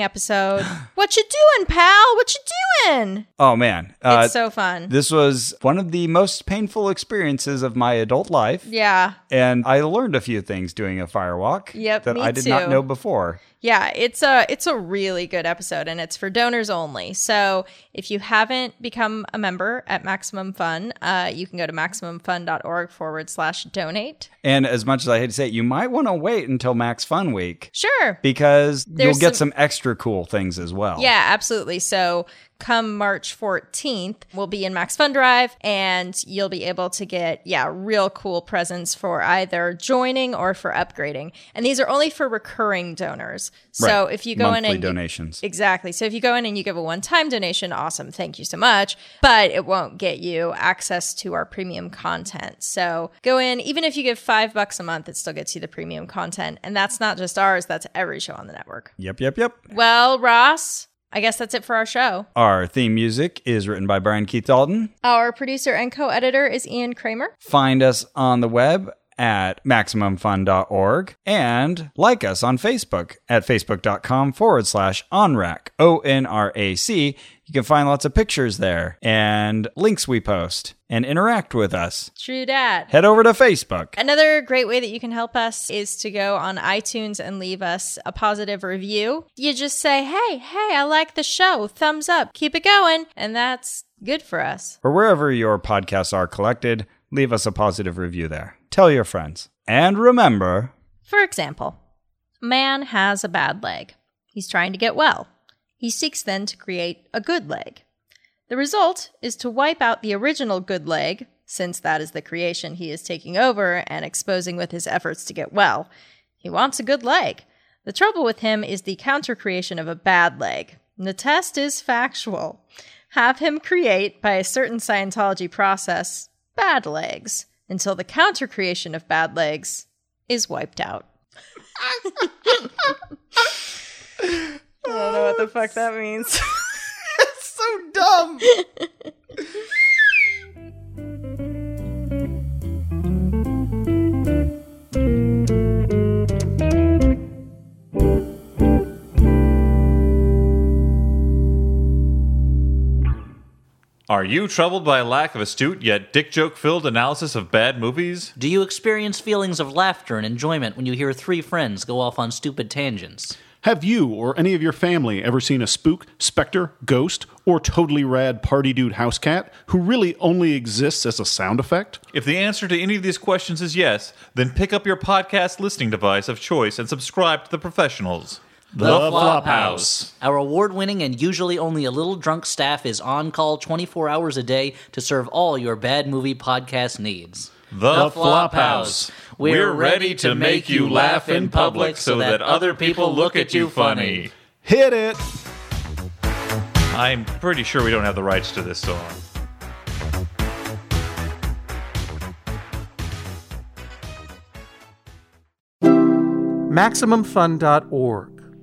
B: episode, what you doing, pal? What you doing?
A: Oh man. Uh,
B: It's so fun.
A: this was one of the most painful experiences of my adult life.
B: yeah.
A: and I learned a few things doing a firewalk
B: Yep,
A: that
B: me
A: I did not
B: too.
A: know before.
B: Yeah, it's a it's a really good episode and it's for donors only. So, if you haven't become a member at Maximum Fun, uh, you can go to maximumfun.org forward slash donate.
A: And as much as I hate to say it, you might want to wait until Max Fun Week
B: Sure.
A: because
B: There's
A: you'll get some, extra cool things as well.
B: Yeah, absolutely. So come March 14th, we'll be in Max Fun Drive and you'll be able to get, yeah, real cool presents for either joining or for upgrading. And these are only for recurring donors. So
A: Right.
B: if you go
A: Monthly
B: in and e- you-
A: donations.
B: Exactly. So if you go in and you give a one time donation, awesome. Thank you so much. But it won't get you access to our premium content. So go in, even if you give five bucks a month, it still gets you the premium content. And that's not just ours, that's every show on the network.
A: yep, yep, yep.
B: Well, Ross, I guess that's it for our show.
A: Our theme music is written by Brian Keith Dalton.
B: Our producer and co editor is Ian Kramer.
A: Find us on the web at MaximumFun.org and like us on Facebook at Facebook.com forward slash ONRAC, O N R A C. You can find lots of pictures there and links we post and interact with us.
B: True dat.
A: Head over to Facebook.
B: Another great way that you can help us is to go on iTunes and leave us a positive review. You just say, hey, hey, I like the show. Thumbs up. Keep it going. And that's good for us.
A: or wherever your podcasts are collected, leave us a positive review there. Tell your friends. And remember,
B: For example, a man has a bad leg. He's trying to get well. He seeks then to create a good leg. The result is to wipe out the original good leg, since that is the creation he is taking over and exposing with his efforts to get well. He wants a good leg. The trouble with him is the counter creation of a bad leg. And the test is factual. Have him create, by a certain Scientology process, bad legs until the counter creation of bad legs is wiped out. I don't know what the fuck that means.
A: so dumb.
C: you troubled by a lack of astute yet dick joke filled analysis of bad movies?
D: Do you experience feelings of laughter and enjoyment when you hear three friends go off on stupid tangents?
E: Have you or any of your family ever seen a spook, specter, ghost, or totally rad party dude house cat who really only exists as a sound effect?
C: If the answer to any of these questions is yes, then pick up your podcast listening device of choice and subscribe to The Professionals.
D: The Flop House. Our award winning and usually only a little drunk staff is on call 24 hours a day to serve all your bad movie podcast needs.
C: The,
D: The Flop House.
C: Flophouse. We're ready to make you laugh in public so that other people look at you funny.
E: Hit it!
C: I'm pretty sure we don't have the rights to this song.
F: MaximumFun.org.